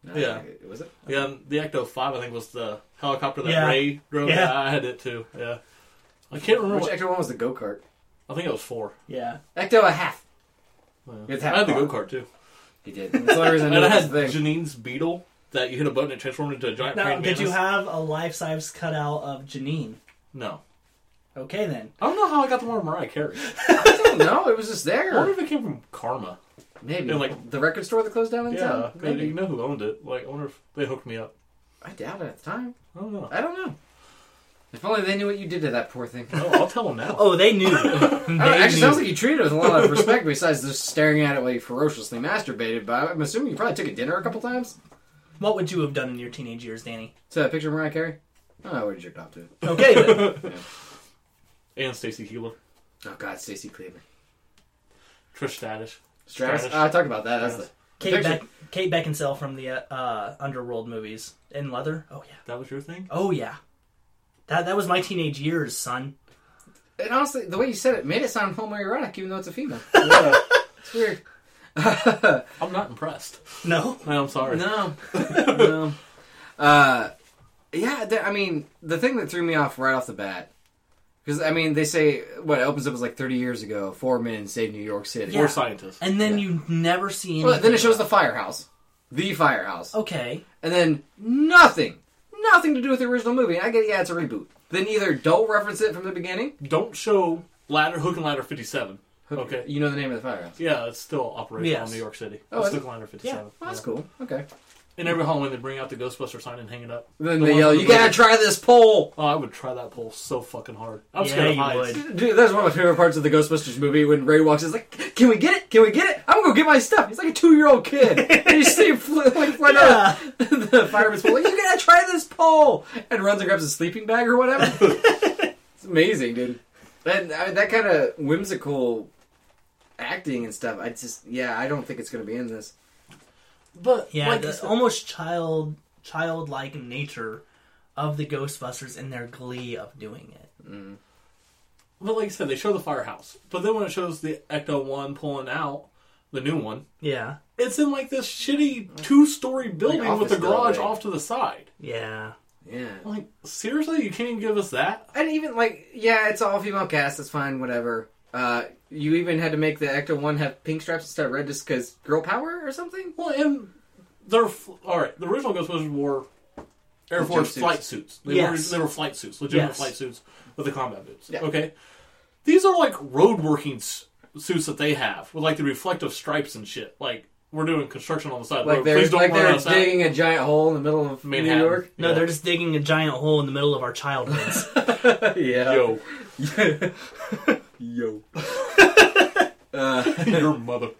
No, Yeah. I think it- Was it? Yeah, and the Ecto five I think was the helicopter that Yeah. Ray drove. Yeah. Yeah, I had it too. Yeah, I can't remember. Which What, Ecto one was the go kart? I think it was four. Yeah. Ecto a half. Yeah. It's half I had the car. go kart too, He did. That's the only reason I and know I this had thing. Janine's Beetle that you hit a button and it transformed into a giant. Now, praying did you mantis. have a life-size cutout of Janine? No, Okay then. I don't know how I got the one of Mariah Carey. I don't know. It was just I wonder there. if it came from Karma. Maybe. And, like- the record store that closed down in Yeah, town. I Maybe. you know who owned it. Like, I wonder if they hooked me up. I doubt it at the time. I don't know. I don't know. If only they knew what you did to that poor thing. No, I'll tell them now. Oh, they knew. I don't know, They actually, knew. sounds like you treated it with a lot of respect besides just staring at it while you ferociously masturbated. But I'm assuming you probably took a dinner a couple times What would you have done in your teenage years, Danny? to that picture of Mariah Carey. Oh, I would have jerked off to it. Okay then. And Stacy Keeler, Oh, God, Stacey Cleveland. Trish Stadish. Stratus? Stratus. Oh, I talked about that. That's the, the Stratus. Kate, picture. Beck- Kate Beckinsale from the uh, uh, Underworld movies in leather. Oh yeah. That was your thing? Oh yeah. That that was my teenage years, son. And honestly, the way you said it made it sound homoerotic, even though it's a female. Yeah. It's weird. I'm not impressed. No. No, I'm sorry. No, no. Uh, yeah, th- I mean, the thing that threw me off right off the bat, because I mean, they say what it opens up is like 30 years ago. Four men saved New York City. Yeah. Or scientist. And then you never see anything. Well, then it shows the firehouse, the firehouse, Okay. and then nothing, nothing to do with the original movie. I get, yeah, it's a reboot. Then either don't reference it from the beginning. Don't show ladder, hook and ladder 57. Okay. you know the name of the firehouse. Yeah, it's still operational Yes. in New York City. Oh, Oh, it's is it? hook and ladder 57. Yeah, well, that's Yeah. cool. Okay. And every Halloween, they bring out the Ghostbuster sign and hang it up. Then The they one yell, with "You the- gotta try this pole." Oh, I would try that pole so fucking hard. I'm Yeah, scared of you heights. would. Dude, that's one of my favorite parts of the Ghostbusters movie when Ray walks in. He's like, "Can we get it? Can we get it? I'm gonna go get my stuff." He's like a two-year-old kid. and you see him fl- like fly Yeah. down the fireman's pole. Like, you gotta try this pole, and runs and grabs his sleeping bag or whatever. it's amazing, dude. And I, that kind of whimsical acting and stuff. I just, yeah, I don't think it's gonna be in this. But, Yeah. like, the it's- almost child childlike nature of the Ghostbusters and their glee of doing it. But like I said, they show the firehouse. But then when it shows the Ecto one pulling out, the new one, Yeah. it's in like this shitty two story building with office a garage building. off to the side. Yeah. Yeah. I'm like, seriously, you can't even give us that? And even like, yeah, it's all female cast. That's fine, whatever. Uh, you even had to make the Ecto One have pink stripes instead of red, just because girl power or something. Well, and they're f- all right. The original Ghostbusters wore Air The Force jumpsuits. flight suits. They, Yes. were, they were flight suits, legitimate Yes. flight suits with the combat boots. Yeah. Okay, these are like road working s- suits that they have with like the reflective stripes and shit. Like we're doing construction on the side. of the Like road. they're Please don't like run they're us out. digging a giant hole in the middle of Manhattan. New York. No, Yeah. they're just digging a giant hole in the middle of our childhoods. yeah. yo. Yo. uh, Your mother.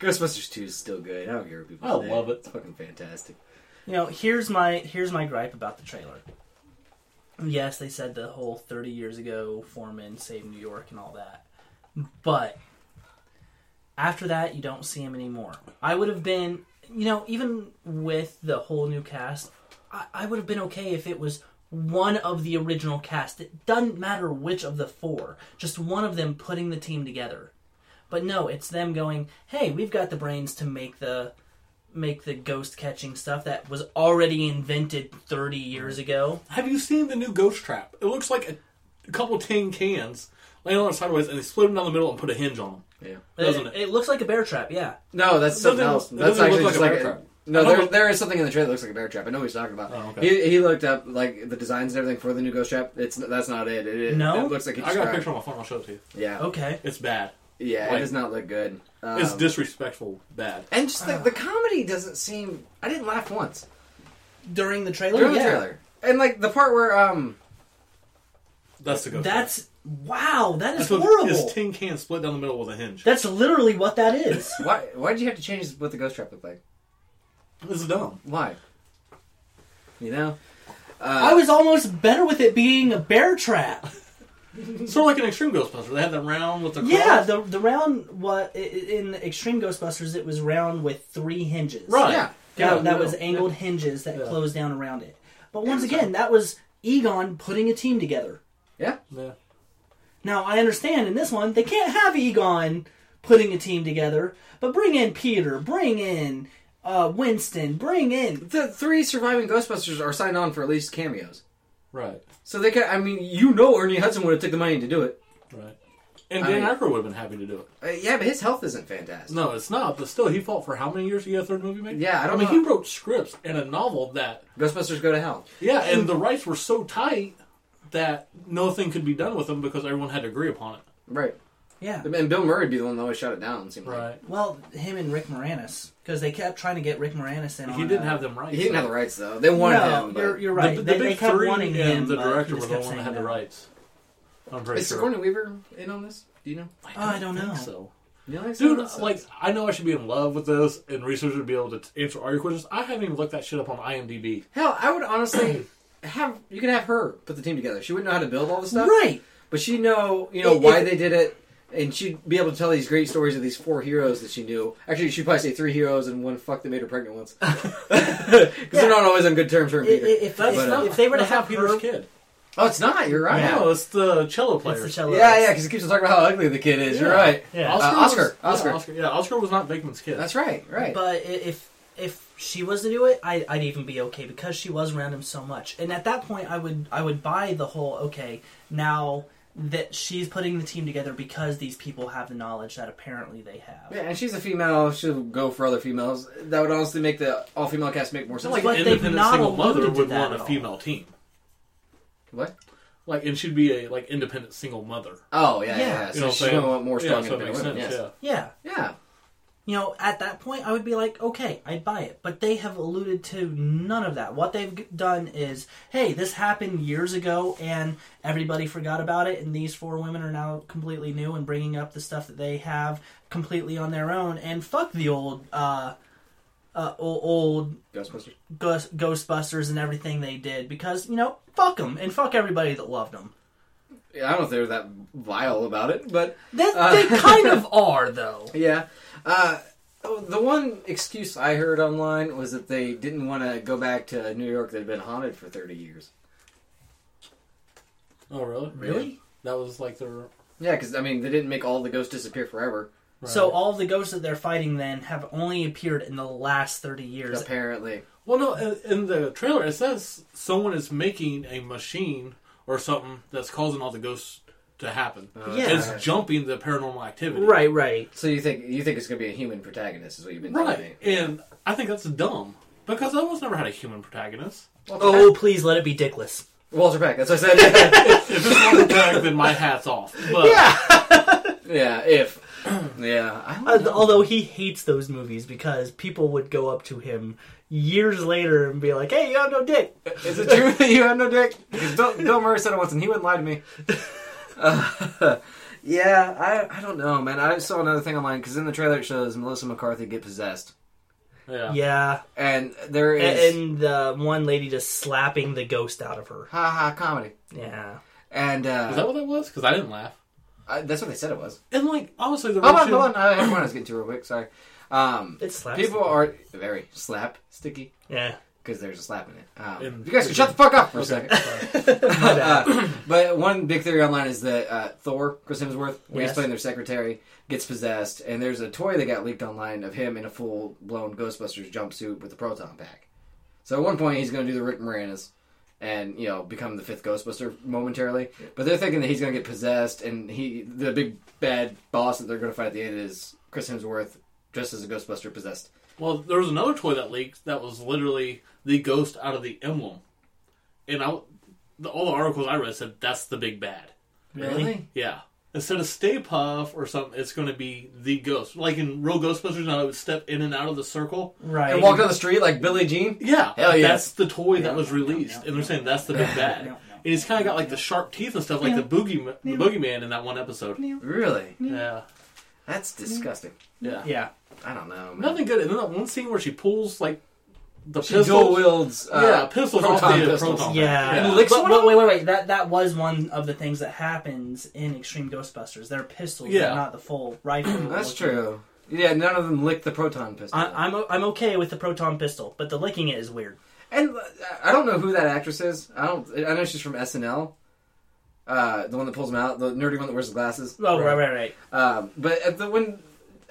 Ghostbusters Two is still good. I don't care what people. I say. love it. It's fucking fantastic. you know, here's my here's my gripe about the trailer. Yes, they said the whole 30 years ago Foreman saved New York and all that. But after that, you don't see him anymore. I would have been, you know, even with the whole new cast, I, I would have been okay if it was one of the original cast. It doesn't matter which of the four, just one of them putting the team together. But no, it's them going, "Hey, we've got the brains to make the make the ghost catching stuff that was already invented 30 years ago." Have you seen the new Ghost Trap? It looks like a, a couple tin cans laying on sideways, and they split them down the middle and put a hinge on them. Yeah. Doesn't It, it? it looks like a bear trap, yeah. No, that's something doesn't- else. it That's doesn't actually look just like like a bear a, trap. no. I don't There, look- there is something in the trailer that looks like a bear trap. I know what he's talking about. Oh, okay. He he looked up like the designs and everything for the new ghost trap. It's that's not it. It, it, No? it looks like he I got a described. picture on my phone. I'll show it to you. Yeah, Okay. It's bad. yeah. Like- it does not look good. Um, It's Ah. disrespectful. Bad. and just the, the comedy doesn't seem. I didn't laugh once During the trailer, during yeah. the trailer. And like the part where um That's the ghost. trap. That's wow, that is That's what- horrible. It's tin cans split down the middle with a hinge. That's literally what that is. why why did you have to change what the ghost trap looked like? This is dumb. Why? You know. I was almost better with it being a bear trap. Sort of like an extreme Ghostbuster. They had that round with the cross. Yeah, the the round what in Extreme Ghostbusters it was round with three hinges. right. Yeah. That, Yeah, that no. was angled hinges that closed down around it. But once that's again, that was Egon putting a team together. Yeah. Yeah. Now I understand in this one they can't have Egon putting a team together, but bring in Peter, bring in uh, Winston, bring in The three surviving Ghostbusters are signed on for at least cameos. Right. So they can. I mean, you know, Ernie Hudson would have took the money to do it. Right. And I Dan mean- Aykroyd would have been happy to do it. Uh, yeah, but his health isn't fantastic. No, it's not. But still, he fought for how many years to get a third movie made? Yeah, I don't I mean, know. he wrote scripts and a novel that. Ghostbusters go to hell. Yeah, and the rights were so tight that nothing could be done with them because everyone had to agree upon it. Right. yeah. And Bill Murray'd be the one that always shut it down. It seemed like. Well, him and Rick Moranis because they kept trying to get Rick Moranis in. He on, didn't uh, have them rights. He didn't have the rights though. They wanted No, him. But you're, you're right. The, the they, big they kept three wanting and him. the but he director just were the kept one that saying had the no. rights. I'm pretty is sure. Sigourney Weaver in on this? Do you know? Oh, I don't think know. So. You know Dude, like I know I should be in love with this, and researchers would be able to t- answer all your questions. I haven't even looked that shit up on IMDb. hell, I would honestly have you could have her put the team together. She wouldn't know how to build all the stuff, Right. But she know you know If- why if- they did it, and she'd be able to tell these great stories of these four heroes that she knew. Actually, she'd probably say three heroes and one fuck that made her pregnant once, because Yeah. they're not always on good terms. Her and I- Peter. uh, i- If, That's if- uh, not- if they were to That's not have Peter's her, kid. oh, it's not. You're right. No, it's the cello player. it's the cello. Yeah, yeah, because he keeps on talking about how ugly the kid is. You're Yeah. right. Yeah. Uh, Oscar, was- Oscar. yeah, Oscar. Yeah, Oscar was not Bakeman's kid. That's right. Right. But i- if if she was to do it, I, I'd even be okay because she was around him so much. And at that point, I would I would buy the whole okay now that she's putting the team together because these people have the knowledge that apparently they have. yeah, and she's a female. She'll go for other females. That would honestly make the all female cast make more It's not sense. like But an they've independent not single alluded mother to would that want at a all. female team. what? Like, and she'd be a like independent single mother. Oh yeah, yeah. Yeah. yeah. You So know what she's I'm saying? gonna want more yeah, strong so it independent makes women. sense. yes. Yeah. Yeah. Yeah. You know, at that point, I would be like, okay, I'd buy it. But they have alluded to none of that. What they've g- done is, hey, this happened years ago and everybody forgot about it, and these four women are now completely new and bringing up the stuff that they have completely on their own. And fuck the old, uh, uh, o- old Ghostbusters. Ghost- Ghostbusters and everything they did because, you know, fuck them and fuck everybody that loved them. Yeah, I don't know if they were that vile about it, but They, Uh. they kind of are, though. yeah. Uh, oh, the one excuse I heard online was that they didn't want to go back to New York that had been haunted for thirty years. Oh really? Really? That was like their. Yeah, because I mean they didn't make all the ghosts disappear forever. So Right. all of the ghosts that they're fighting then have only appeared in the last 30 years. Apparently, Well, no, in- in the trailer it says someone is making a machine or something that's causing all the ghosts to happen. Uh, Yeah. It's jumping the paranormal activity. Right, right. So you think you think it's going to be a human protagonist is what you've been telling me? Right. And I think that's dumb because I almost never had a human protagonist. Oh, please let it be dickless. Walter Peck. That's what I said. If it's not a tag, then my hat's off. But yeah. yeah, if yeah, I don't know. Uh, Although he hates those movies because people would go up to him years later and be like, "Hey, you have no dick." is it true that you have no dick? Because Bill, Bill Murray said it once, and he wouldn't lie to me. Uh, yeah, I I don't know, man. I saw another thing online because in the trailer it shows Melissa McCarthy get possessed, Yeah, and there A- is and the one lady just slapping the ghost out of her. ha ha comedy, Yeah, and uh, Is that what that was? Because I didn't laugh. I, that's what they said it was. And like honestly, the Hold on, reaction- hold on. I, everyone, I was getting too real quick. Sorry. Um, it's slaps. people are very slap sticky. Yeah, because there's a slap in it. Um, In- you guys can shut the fuck up for a Okay. second. Sorry. Uh, but one big theory online is that uh, Thor, Chris Hemsworth, when he's Yes. playing their secretary, gets possessed, and there's a toy that got leaked online of him in a full blown Ghostbusters jumpsuit with a proton pack. So at one point, he's going to do the Rick Moranis and you know become the fifth Ghostbuster momentarily. But they're thinking that he's going to get possessed, and he the big bad boss that they're going to fight at the end is Chris Hemsworth dressed as a Ghostbuster possessed. Well, there was another toy that leaked that was literally the ghost out of the emblem, and I, the, all the articles I read said that's the big bad. Yeah. Instead of Stay Puff or something, it's going to be the ghost. Like in real Ghostbusters, now it would step in and out of the circle. Right. And walk down the street like Billie Jean. Yeah, Hell yeah. that's the toy Yeah, that was no, no, released, no, and they're no, saying no, that's the big no, bad. no, no. and he's kind of got like the sharp teeth and stuff, like the boogie, the boogeyman in that one episode. Really? Yeah, That's disgusting. yeah, yeah. I don't know. Man. nothing good. And then that one scene where she pulls like the She dual pistol. wields. Uh, yeah, pistols off proton the pistols. proton. Yeah. Yeah. And licks But, one but up? wait, wait, wait. That that was one of the things that happens in Extreme Ghostbusters. Their pistols, Yeah. are not the full rifle. That's looking- true. Yeah, none of them lick the proton pistol. I, I'm o- I'm okay with the proton pistol, but the licking it is weird. and uh, I don't know who that actress is. I don't. I know she's from SNL. Uh, the one that pulls him out, the nerdy one that wears the glasses. Oh, Right. right, right, right. Um, but at the when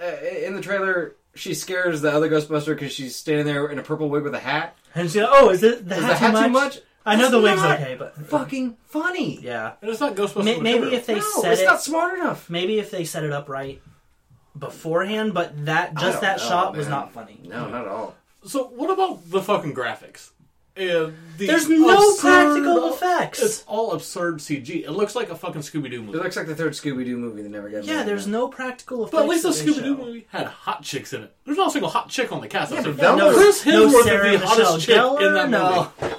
uh, in the trailer, she scares the other Ghostbuster because she's standing there in a purple wig with a hat. And she's like, oh, is it the Is hat, the hat too much? I know It's the wig's not okay, but Fucking funny. yeah. And it's not Ghostbusters. May- material. maybe if they no, set it's it, not smart enough. maybe if they set it up right beforehand, but that I just don't that know, shot was man. not funny. No, not at all. So what about the fucking graphics? Uh, the There's no absurd- practical effects. It's all absurd CG. It looks like a fucking Scooby Doo It movie. looks like the third Scooby Doo movie that never got. yeah, made. there's no practical effects. But at least the that they Scooby Doo show. movie had hot chicks in it. There's not a single hot chick on the cast. Yeah, That's but it. Velma- Chris no Hemsworth is Sarah the hottest Michelle chick in that Gellar, no. movie.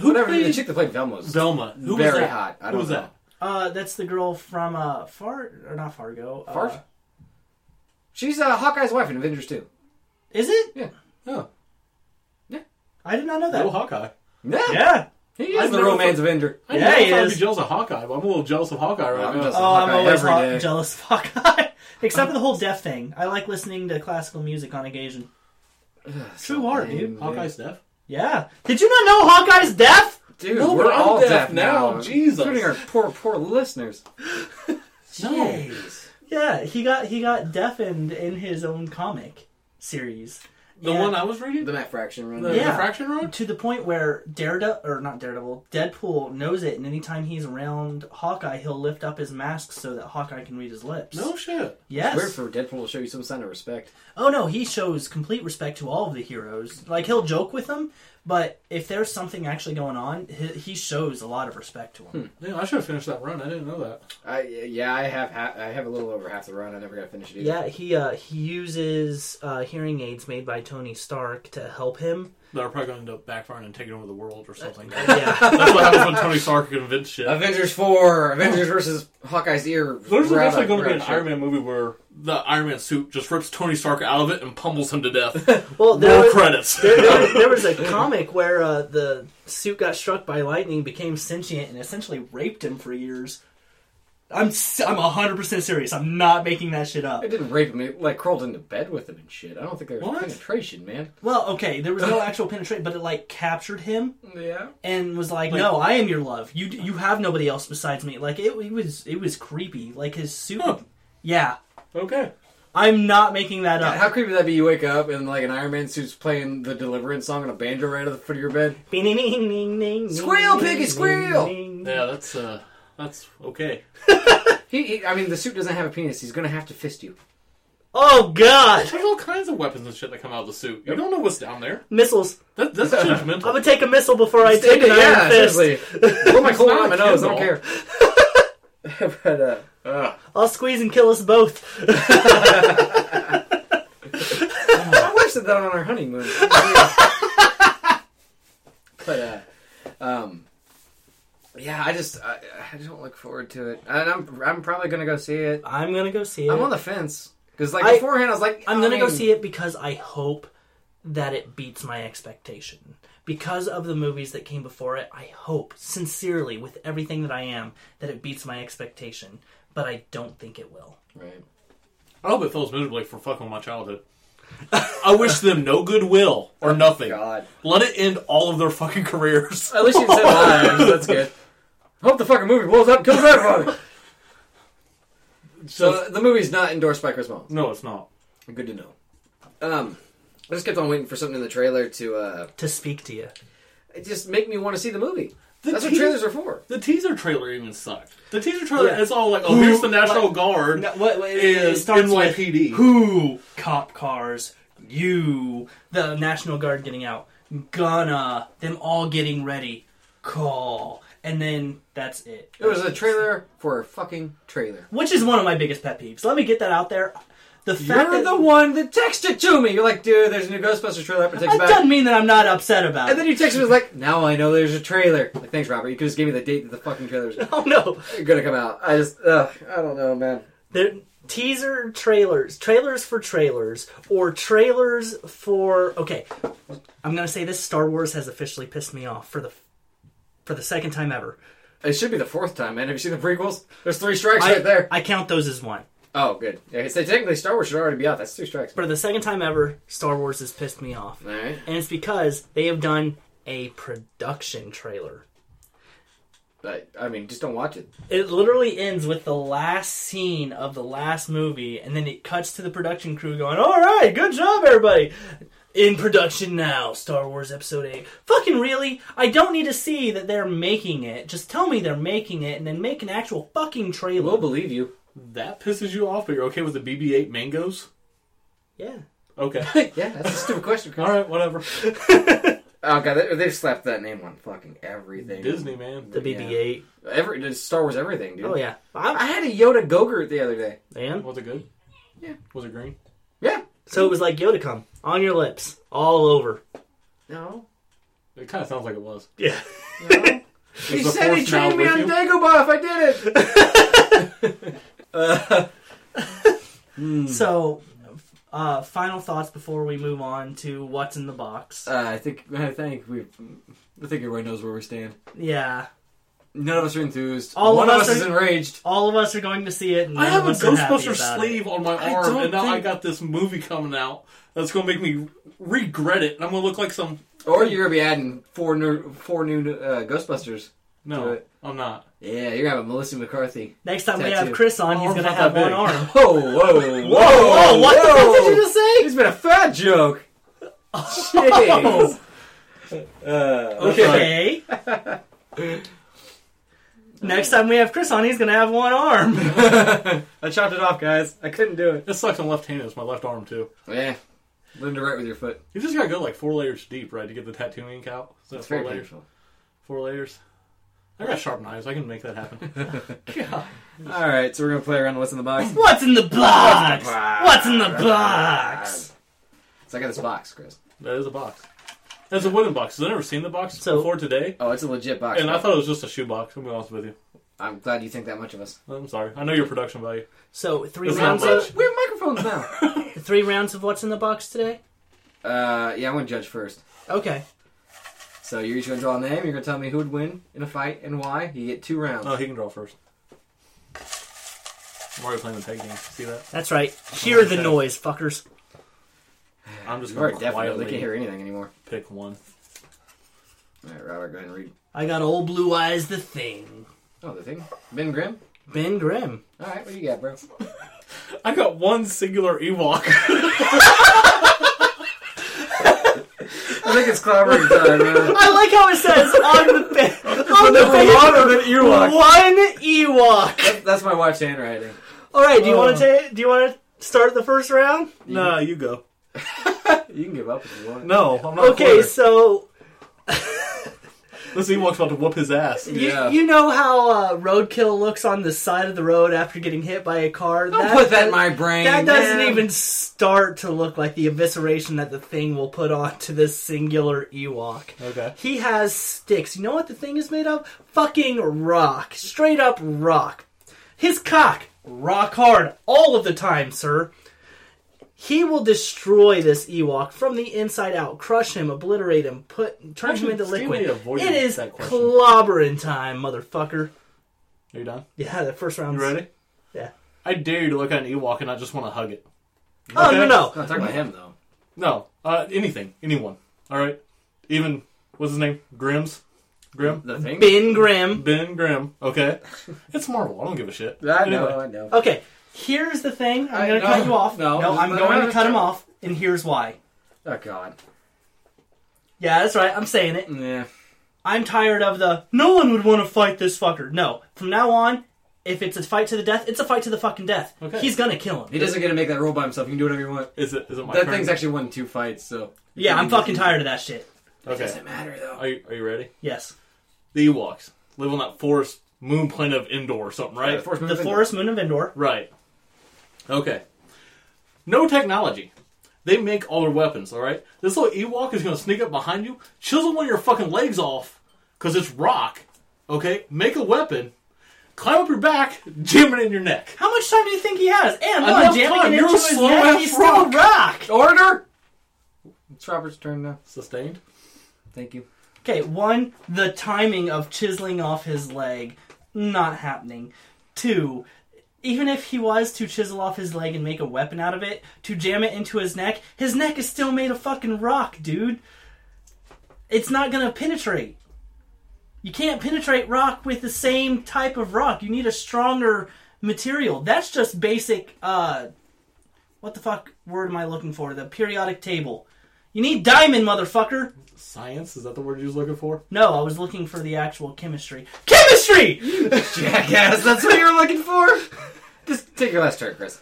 Who Whatever played the chick that played Velma was Velma? Who was very that? hot. I Who don't was know. that? Uh, that's the girl from uh Far or not Fargo. uh, Fart? She's uh, Hawkeye's wife in Avengers 2. is it? Oh, I did not know that. no Hawkeye. Yeah. yeah. He I've is the never romance thought- Avenger. I Yeah, never he thought I'd is. be jealous of Hawkeye. but I'm a little jealous of Hawkeye right I'm now. Uh, jealous. Oh, I'm Hawkeye always every hot, day. jealous of Hawkeye. Except for the whole deaf thing. I like listening to classical music on occasion. True art, dude. Hawkeye's deaf. Yeah. Did you not know Hawkeye's deaf? Dude, No, we're but I'm all deaf deaf, now, now. Jesus. Including our poor, poor listeners. No. Jeez. Yeah, he got he got deafened in his own comic series. The Yeah. one I was reading. The Matt Fraction run. The, the Yeah. Fraction Road. to the point where Daredevil or not Daredevil, Deadpool knows it, and anytime he's around Hawkeye, he'll lift up his mask so that Hawkeye can read his lips. No shit. Yes. Weird for Deadpool to show you some sign of respect. Oh no, he shows complete respect to all of the heroes. Like he'll joke with them, but if there's something actually going on, he, he shows a lot of respect to them. Damn, I should have finished that run. I didn't know that. I, yeah, I have ha- I have a little over half the run. I never got to finish it either. Yeah, he uh, he uses uh, hearing aids made by Tony Stark to help him. They're probably going to end up backfiring and taking over the world or something. Yeah, That's what happens when Tony Stark invents shit. Avengers 4, Avengers versus Hawkeye's ear. There's We're out definitely of- going to we're out be an of Iron shape. Man movie where the Iron Man suit just rips Tony Stark out of it and pummels him to death. well, there Roll was, credits. there, there- there was a comic where uh, the suit got struck by lightning, became sentient, and essentially raped him for years. I'm s- I'm hundred percent serious. I'm not making that shit up. It didn't rape him. It, like, crawled into bed with him and shit. I don't think there was What? penetration, man. Well, okay, there was no actual penetration, but it like captured him Yeah. and was like, Like- "No, I am your love. You you have nobody else besides me." Like it, it was it was creepy. Like his suit. Huh. Yeah, okay. I'm not making that Yeah, how up. creepy would that be? You wake up and like an Iron Man suit's playing the Deliverance song on a banjo right at the foot of your bed. Squeal, Squeal, piggy, squeal! Yeah, that's uh, that's okay. He, he I mean, the suit doesn't have a penis. He's gonna have to fist you. Oh God, There's all kinds of weapons and shit that come out of the suit. You don't know what's down there. missiles! That, that's judgmental. I'm gonna take a missile before I take an yeah, iron fist. seriously. Pull my colon not out my a nose. I don't care. Kindle. but uh, ugh. I'll squeeze and kill us both. my wife said that on our honeymoon. but uh, um, yeah, I just I, I don't look forward to it, and I'm I'm probably gonna go see it. I'm gonna go see it. I'm on the fence because like I- beforehand I was like I'm gonna go see it because I hope that it beats my expectation. Because of the movies that came before it, I hope, sincerely, with everything that I am, that it beats my expectation. But I don't think it will. Right. I hope it fails miserably for fucking my childhood. I wish them no goodwill or nothing. God. Let it end all of their fucking careers. At least you said live. That's good. Hope the fucking movie blows up and kills everybody. So the movie's not endorsed by Chris Mullins. no, it's not. Good to know. Um, I just kept on waiting for something in the trailer to uh, to speak to you. it just make me want to see the movie. The That's what teas- trailers are for. The teaser trailer even sucked. The teaser trailer, Yeah. it's all like, oh, Who- here's the National Guard. is NYPD. who cop cars, you, the National Guard getting out, gonna them all getting ready, call, and then that's it. It was a trailer for a fucking trailer. which is one of my biggest pet peeves. Let me get that out there. The fact You're that the one that texted to me. You're like, dude, there's a new Ghostbusters trailer up and takes that back. doesn't mean that I'm not upset about And then it. you text me like, now I know there's a trailer. Like, thanks, Robert. You could just give me the date that the fucking trailer's Oh no, gonna come out. I just, ugh, I don't know, man. the teaser trailers, trailers for trailers, or trailers for okay. I'm gonna say this: Star Wars has officially pissed me off for the for the second time ever. It should be the fourth time, man. Have you seen the prequels? There's three strikes I, right there. I count those as one. Oh, good. Yeah, so technically, Star Wars should already be out. That's two strikes. For the second time ever, Star Wars has pissed me off. All right, And it's because they have done a production trailer. but I mean, just don't watch it. It literally ends with the last scene of the last movie, and then it cuts to the production crew going, All right, good job, everybody. In production now, Star Wars Episode 8. Fucking really? I don't need to see that they're making it. Just tell me they're making it, and then make an actual fucking trailer. We'll believe you. That pisses you off, but you're okay with the BB 8 mangoes? yeah. Okay. Yeah, that's a stupid question. all right, whatever. Oh god, they, they've slapped that name on fucking everything. Disney, man. The BB 8. every it's Star Wars, everything, dude. Oh, yeah. I, I had a Yoda Gogurt the other day. and Was it good? Yeah. Was it green? Yeah. so it was like Yodacum on your lips, all over. No. It kind of sounds like it was. Yeah. no. he Is the said he Force now trained me with on you? Dagobah if I did it. Uh, Hmm. So, uh, final thoughts before we move on to what's in the box. Uh, I think I think we I think everybody knows where we stand. Yeah, None of us are enthused. All of One of us, us is are- enraged. all of us are going to see it. And I none have a of us are happy Ghostbuster about it. sleeve on my I arm, don't and now I think- got this movie coming out that's going to make me regret it, and I'm going to look like some. Or you're gonna be adding four new four new uh, Ghostbusters. Do No, it. I'm not. Yeah, you're gonna have a Melissa McCarthy. Next time we Tattoo. have Chris on, he's Arm's going to not have that one big. arm. Whoa, whoa, whoa, whoa, what the fuck did you just say? It's been a fat joke. Oh. Jeez. Uh, Okay. Next time we have Chris on, he's going to have one arm. I chopped it off, guys. I couldn't do it. It sucks on left handed. It's my left arm, too. Yeah, learn to write with your foot. You just got to go like four layers deep, right, to get the tattoo ink out. Is that It's four very layers? painful. Four layers? I got sharp knives. I can make that happen. God. All right, so we're gonna play around. with What's in the box? What's in the box? box? What's in the box? So I got this box, Chris. That is a box. That's a wooden box. 'cause I've never seen the box So- before today, Oh, it's a legit box. and I thought it was just a shoebox. I'm gonna be honest with you. I'm glad you think that much of us. I'm sorry. I know your production value. So three It's not rounds much. of We have microphones now. three rounds of what's in the box today. uh, yeah, I'm gonna judge first. Okay. So you're each gonna draw a name. You're gonna tell me who would win in a fight and why. You get two rounds. Oh, he can draw first. I'm already playing the tag game. See that? That's right. Hear the Okay. noise, fuckers. I'm just you are going to definitely can't quietly hear anything anymore. pick one. All right, Robert, go ahead and read. I got old blue eyes, the thing. Oh, the thing. Ben Grimm. Ben Grimm. All right, what do you got, bro? I got one singular Ewok. I think it's clobbering time, man. I like how it says on the page. On the page. Water than Ewok. One Ewok. That's my wife's handwriting. All right. Do you want Oh. to take? Do you want to start the first round? nah, you go. You can give up if you want. No, I'm not. Okay. Okay, So this Ewok's about to whoop his ass. you, Yeah. you know how uh, roadkill looks on the side of the road after getting hit by a car. Don't put that in my brain. That doesn't man. even start to look like the evisceration that the thing will put on to this singular Ewok. Okay. He has sticks. You know what the thing is made of? Fucking rock. Straight up rock. His cock, rock hard all of the time, sir. He will destroy this Ewok from the inside out, crush him, obliterate him, put turn him Actually, into Steve liquid. may have avoided It is that question. clobbering time, motherfucker. Are you done? Yeah, the first round. You ready? Yeah. I dare you to look at an Ewok and I just want to hug it. Oh Okay. no no. Not talking about him though. No, uh, anything, anyone. All right, even what's his name? Grimm's, Grimm, The thing. Ben Grimm. Ben Grimm. Okay, it's Marvel. I don't give a shit. I know. Anyway. I know. Okay, here's the thing. I'm I- going to no, cut you off. no, no this I'm is- going to cut him off, and here's why. Oh God. Yeah, that's right. I'm saying it. Yeah. I'm tired of the no one would want to fight this fucker. No, from now on, if it's a fight to the death, it's a fight to the fucking death. Okay. He's gonna kill him. He doesn't get to make that rule by himself. You can do whatever you want. Is it? Is it my That turn? thing's actually won two fights, so. Yeah, I'm fucking tired of that shit. okay. Doesn't matter though. Are you, are you ready? Yes, The Ewoks live on that forest moon planet of Endor or something, right? The forest the movement- forest moon of Endor. Right. Okay. No technology. They make all their weapons, alright? This little Ewok is gonna sneak up behind you, chisel one of your fucking legs off, because it's rock, okay? Make a weapon, climb up your back, jam it in your neck. How much time do you think he has? And Enough one jamming time, it you're into a his slow neck, ass he's still rock. rock. Order. It's Robert's turn now. Sustained? Thank you. Okay, one, the timing of chiseling off his leg, not happening. Two, even if he was to chisel off his leg and make a weapon out of it, to jam it into his neck, his neck is still made of fucking rock, dude. It's not gonna penetrate. You can't penetrate rock with the same type of rock. You need a stronger material. That's just basic, uh, what the fuck word am I looking for? The periodic table. You need diamond, motherfucker! Science? Is that the word you was looking for? No, I was looking for the actual chemistry. Chemistry! Jackass, that's what you were looking for. Just take your last turn, Chris.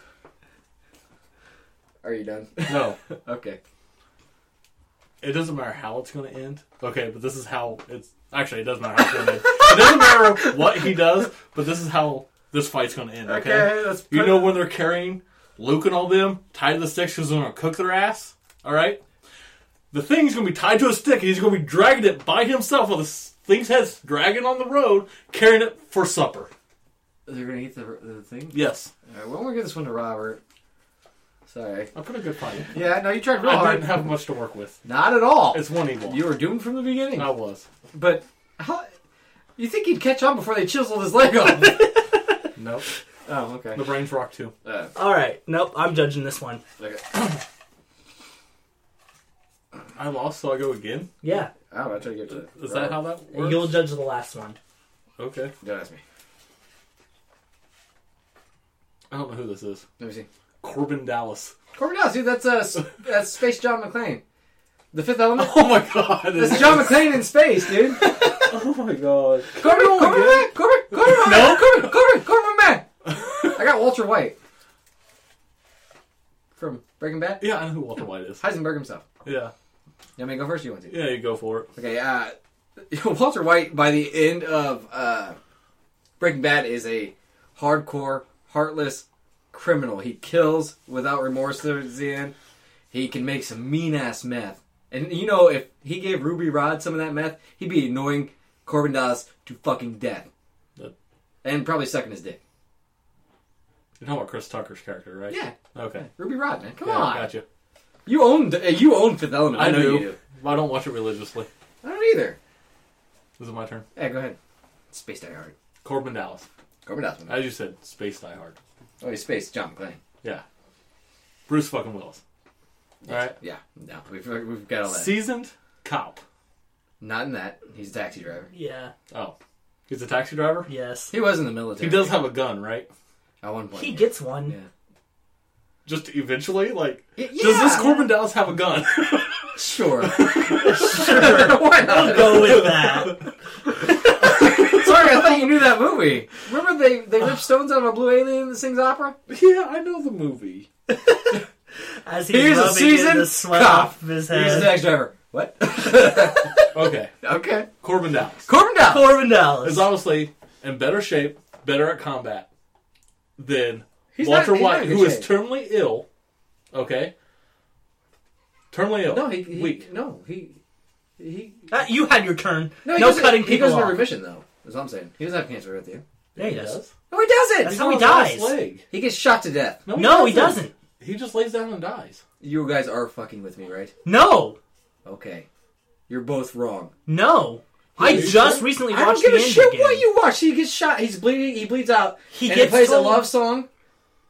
Are you done? No. okay. it doesn't matter how it's going to end. Okay, but this is how it's actually it doesn't matter how it's going to end. It doesn't matter what he does, but this is how this fight's going to end. Okay, Okay, let's you put- know when they're carrying Luke and all them tied to the sticks because they're going to cook their ass. All right, the thing's going to be tied to a stick and he's going to be dragging it by himself while the s- thing's head's dragging on the road, carrying it for supper. They're gonna eat the, the thing. Yes, All right, well, we'll give this one to Robert. Sorry. I put a good fight. Yeah, no, you tried real I hard. didn't have much to work with. Not at all. It's Oh, one evil. You were doomed from the beginning. I was. But how? You think he'd catch on before they chiseled his leg off? Nope. oh, okay. The brains rock too. Uh, Alright, nope, I'm judging this one. okay. I lost, so I go again. Yeah, I don't know. I try to get to. Is that how that works? you'll judge the last one. Okay. Don't ask me. I don't know who this is. Let me see. Corbin Dallas. Corbin Dallas, dude. That's uh, s- that's Space John McClane. The Fifth Element. Oh my god. That's John McClane in space, dude. oh my god. Corbin, Corbin, man, Corbin, Corbin, man, No. Corbin, Corbin, Corbin, man. I got Walter White from Breaking Bad. Yeah, I know who Walter White is. Heisenberg himself. Yeah. You want me to go first? Or you want to? Yeah, you go for it. Okay, uh, Walter White by the end of uh, Breaking Bad is a hardcore, heartless criminal. He kills without remorse towards the end. He can make some mean ass meth, and you know if he gave Ruby Rod some of that meth, he'd be annoying Corbin Dallas to fucking death, That- and probably sucking his dick. You're talking about Chris Tucker's character, right? Yeah, Okay. Ruby Rod, man, come Yeah, on. gotcha. You own uh, you own Fifth Element. I, know you do. But I don't watch it religiously. I don't either. This is my turn. Yeah, go ahead. Space Die Hard. Corbin Dallas. Corbin Dallas. man. As you said, Space Die Hard. Oh, he's space. John McClane. Yeah. Bruce fucking Willis. Alright. Yeah, no, we've, we've got all that. Seasoned cop. Not in that. He's a taxi driver. Yeah, Oh. He's a taxi driver? yes. He was in the military. He does have a gun, right? at one point. He gets one. Yeah. Just eventually? Like, Y- does this yeah. Corbin Dallas have a gun? Sure. sure. Why not? Go with that. Sorry, I thought you knew that movie. Remember they they rip stones out of a blue alien that sings opera? yeah, I know the movie. As he's He's a rubbing it, seasoned the sweat cop. off his He's a head. taxi driver. What? Okay. okay. Corbin Dallas. Corbin Dow. Corbin Dallas. is honestly in better shape, better at combat than He's Walter not- he's not White, in good who is shape. terminally ill. Okay, terminally ill. No, he, he weak. No, he he. Uh, you had your turn. No, he doesn't- cutting He people goes into off. remission though. That's what I'm saying. He doesn't have cancer with you. yeah, he does. No, he doesn't. That's He's how on he his last dies. leg. He gets shot to death. No, he doesn't. He just lays down and dies. You guys are fucking with me, right? No, Okay. You're both wrong. no. I you just sure? recently I don't watched give the a end shit again. what you watch. He gets shot. He's bleeding. He bleeds out. He and gets he plays told- a love song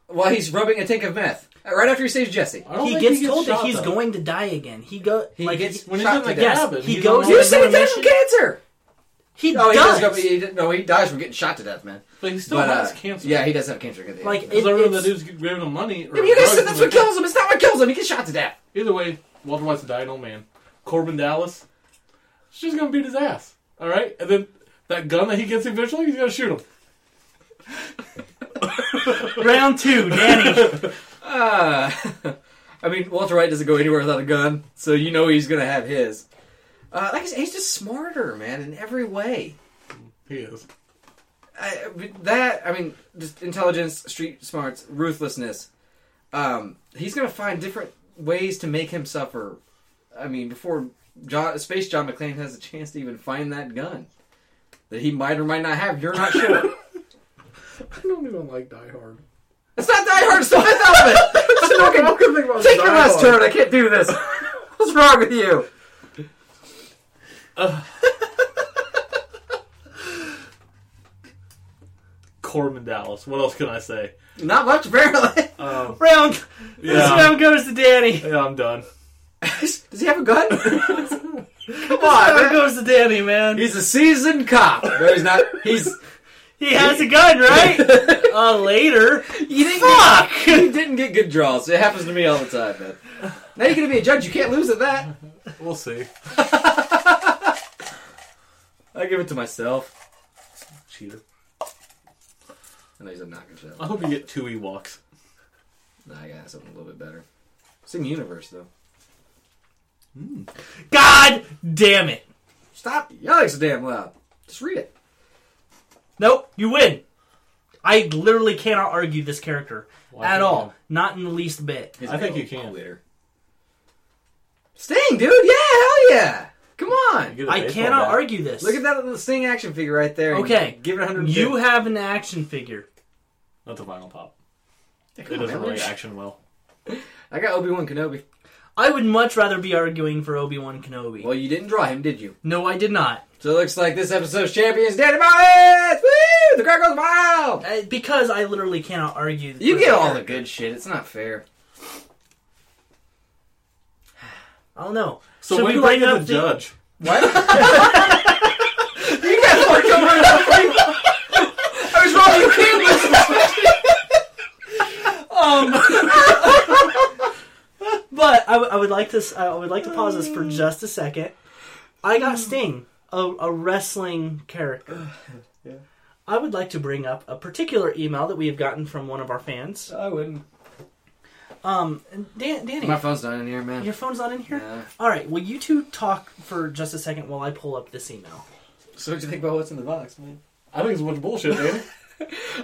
while he's rubbing a tank of meth. Right after he saves Jesse. I don't he think gets told that shot, he's though. going to die again. He go He like gets he, when he's shot in to the death. cabin. He he's goes- on You You the- say- saved Elimination? that from cancer. he No, Oh, he does. does. Go, he, did- no, he dies from getting shot to death, man. but he still But, has uh, cancer. Yeah, he does have cancer. at the end. Like, Yeah, it- Because I remember it's- the dude's giving him money. Or but you guys drugs said or that's what something. kills him. It's not what kills him. He gets shot to death. Either way, Walter White's a dying old man. Corbin Dallas, she's gonna beat his ass. All right, and then that gun that he gets eventually, he's gonna shoot him. Round two, Danny. Uh, I mean, Walter White doesn't go anywhere without a gun, so you know he's gonna have his. Uh, like I said, he's just smarter, man, in every way. He is. I, but that I mean, just intelligence, street smarts, ruthlessness. Um, he's gonna find different ways to make him suffer. I mean, before John, Space John McClane has a chance to even find that gun that he might or might not have. You're not sure. I don't even like Die Hard. it's not Die Hard. It's the Fifth Element. Just fucking- Take your last turn. I can't do this. What's wrong with you? Corbin Dallas. What else can I say? Not much, apparently. Um, round. This Yeah. round goes to Danny. yeah, I'm done. Does he have a gun? Come Round on, man. goes to Danny, man. He's a seasoned cop. No, he's not. He's. He has a gun, right? uh, later. You didn't Fuck. Get, you didn't get good draws. It happens to me all the time, man. Now you're gonna be a judge. You can't lose at that. We'll see. I give it to myself. Cheater. I know he's a knocking shit. I hope you get two E Ewoks. Nah, I got something a little bit better. Same universe though. God damn it. Stop yelling so damn loud. Just read it. Nope, you win. I literally cannot argue this character Why at can't all. you? Not in the least bit. He's I think you available can. later. Sting, dude. Yeah, hell yeah. Come You on. get a I baseball cannot bat. argue this. Look at that little Sting action figure right there. Okay. Give it 100. You have an action figure. That's a vinyl pop. It It doesn't really action well. I got Obi Wan Kenobi. I would much rather be arguing for Obi Wan Kenobi. Well, you didn't draw him, did you? No, I did not. So it looks like this episode's champions, Danny Myers! Woo! The crowd goes wild! Uh, Because I literally cannot argue. You for get the all the character. good shit. It's not fair. I don't know. So Should when we you bring bring in up the the- judge, What? you guys want to come over I was wrong. You can't listen. But I, w- I would like to. s- I would like to pause this for just a second. I got Sting, a, a wrestling character. Yeah. I would like to bring up a particular email that we have gotten from one of our fans. I wouldn't. Um, Dan- Danny, My phone's not in here, man. your phone's not in here. Yeah. All right. Will you two talk for just a second while I pull up this email? So what do you think about what's in the box, man? I think it's a bunch of bullshit, man.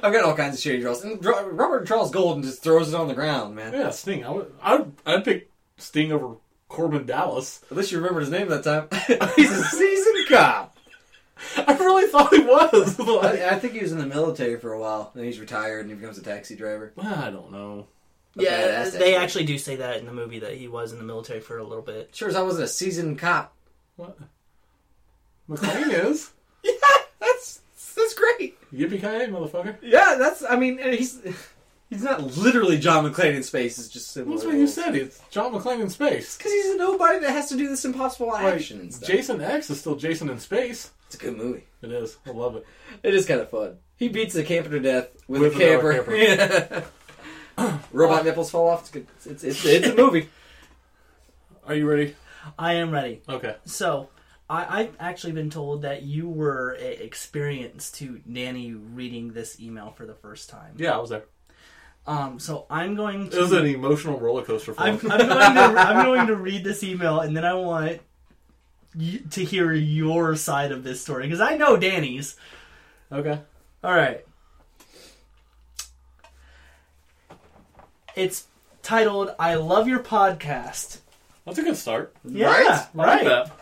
I've got all kinds of shitty draws. And Dra- Robert Charles Golden just throws it on the ground, man. yeah, Sting. I would. I would. I'd pick Sting over Corbin Dallas. At least you remembered his name that time. He's a seasoned cop. I really thought he was. like, I, I think he was in the military for a while. Then he's retired and he becomes a taxi driver. I don't know. A Yeah, badass they actor. actually do say that in the movie that he was in the military for a little bit. Sure as I wasn't a seasoned cop. What? McLean is. Yeah, that's that's great. Yippee ki yay, motherfucker! Yeah, that's. I mean, he's he's not literally John McClane in space. It's just similar. That's what you said. It's John McClane in space. Because he's a nobody that has to do this impossible Like, action and stuff. Jason X is still Jason in space. it's a good movie. It is. I love it. It is kind of fun. He beats the camper to death with, With a camper. another Yeah. Robot nipples fall off. It's good. It's it's, it's a movie. Are you ready? I am ready. Okay. So, I, I've actually been told that you were a- experienced to Nanny reading this email for the first time. Yeah, I was there. Um. So I'm going It to. was an emotional roller coaster for I'm, me. I'm going to. I'm going to read this email, and then I want you to hear your side of this story because I know Danny's. Okay. All right. It's titled "I Love Your Podcast." That's a good start. Yeah, Right? I like that.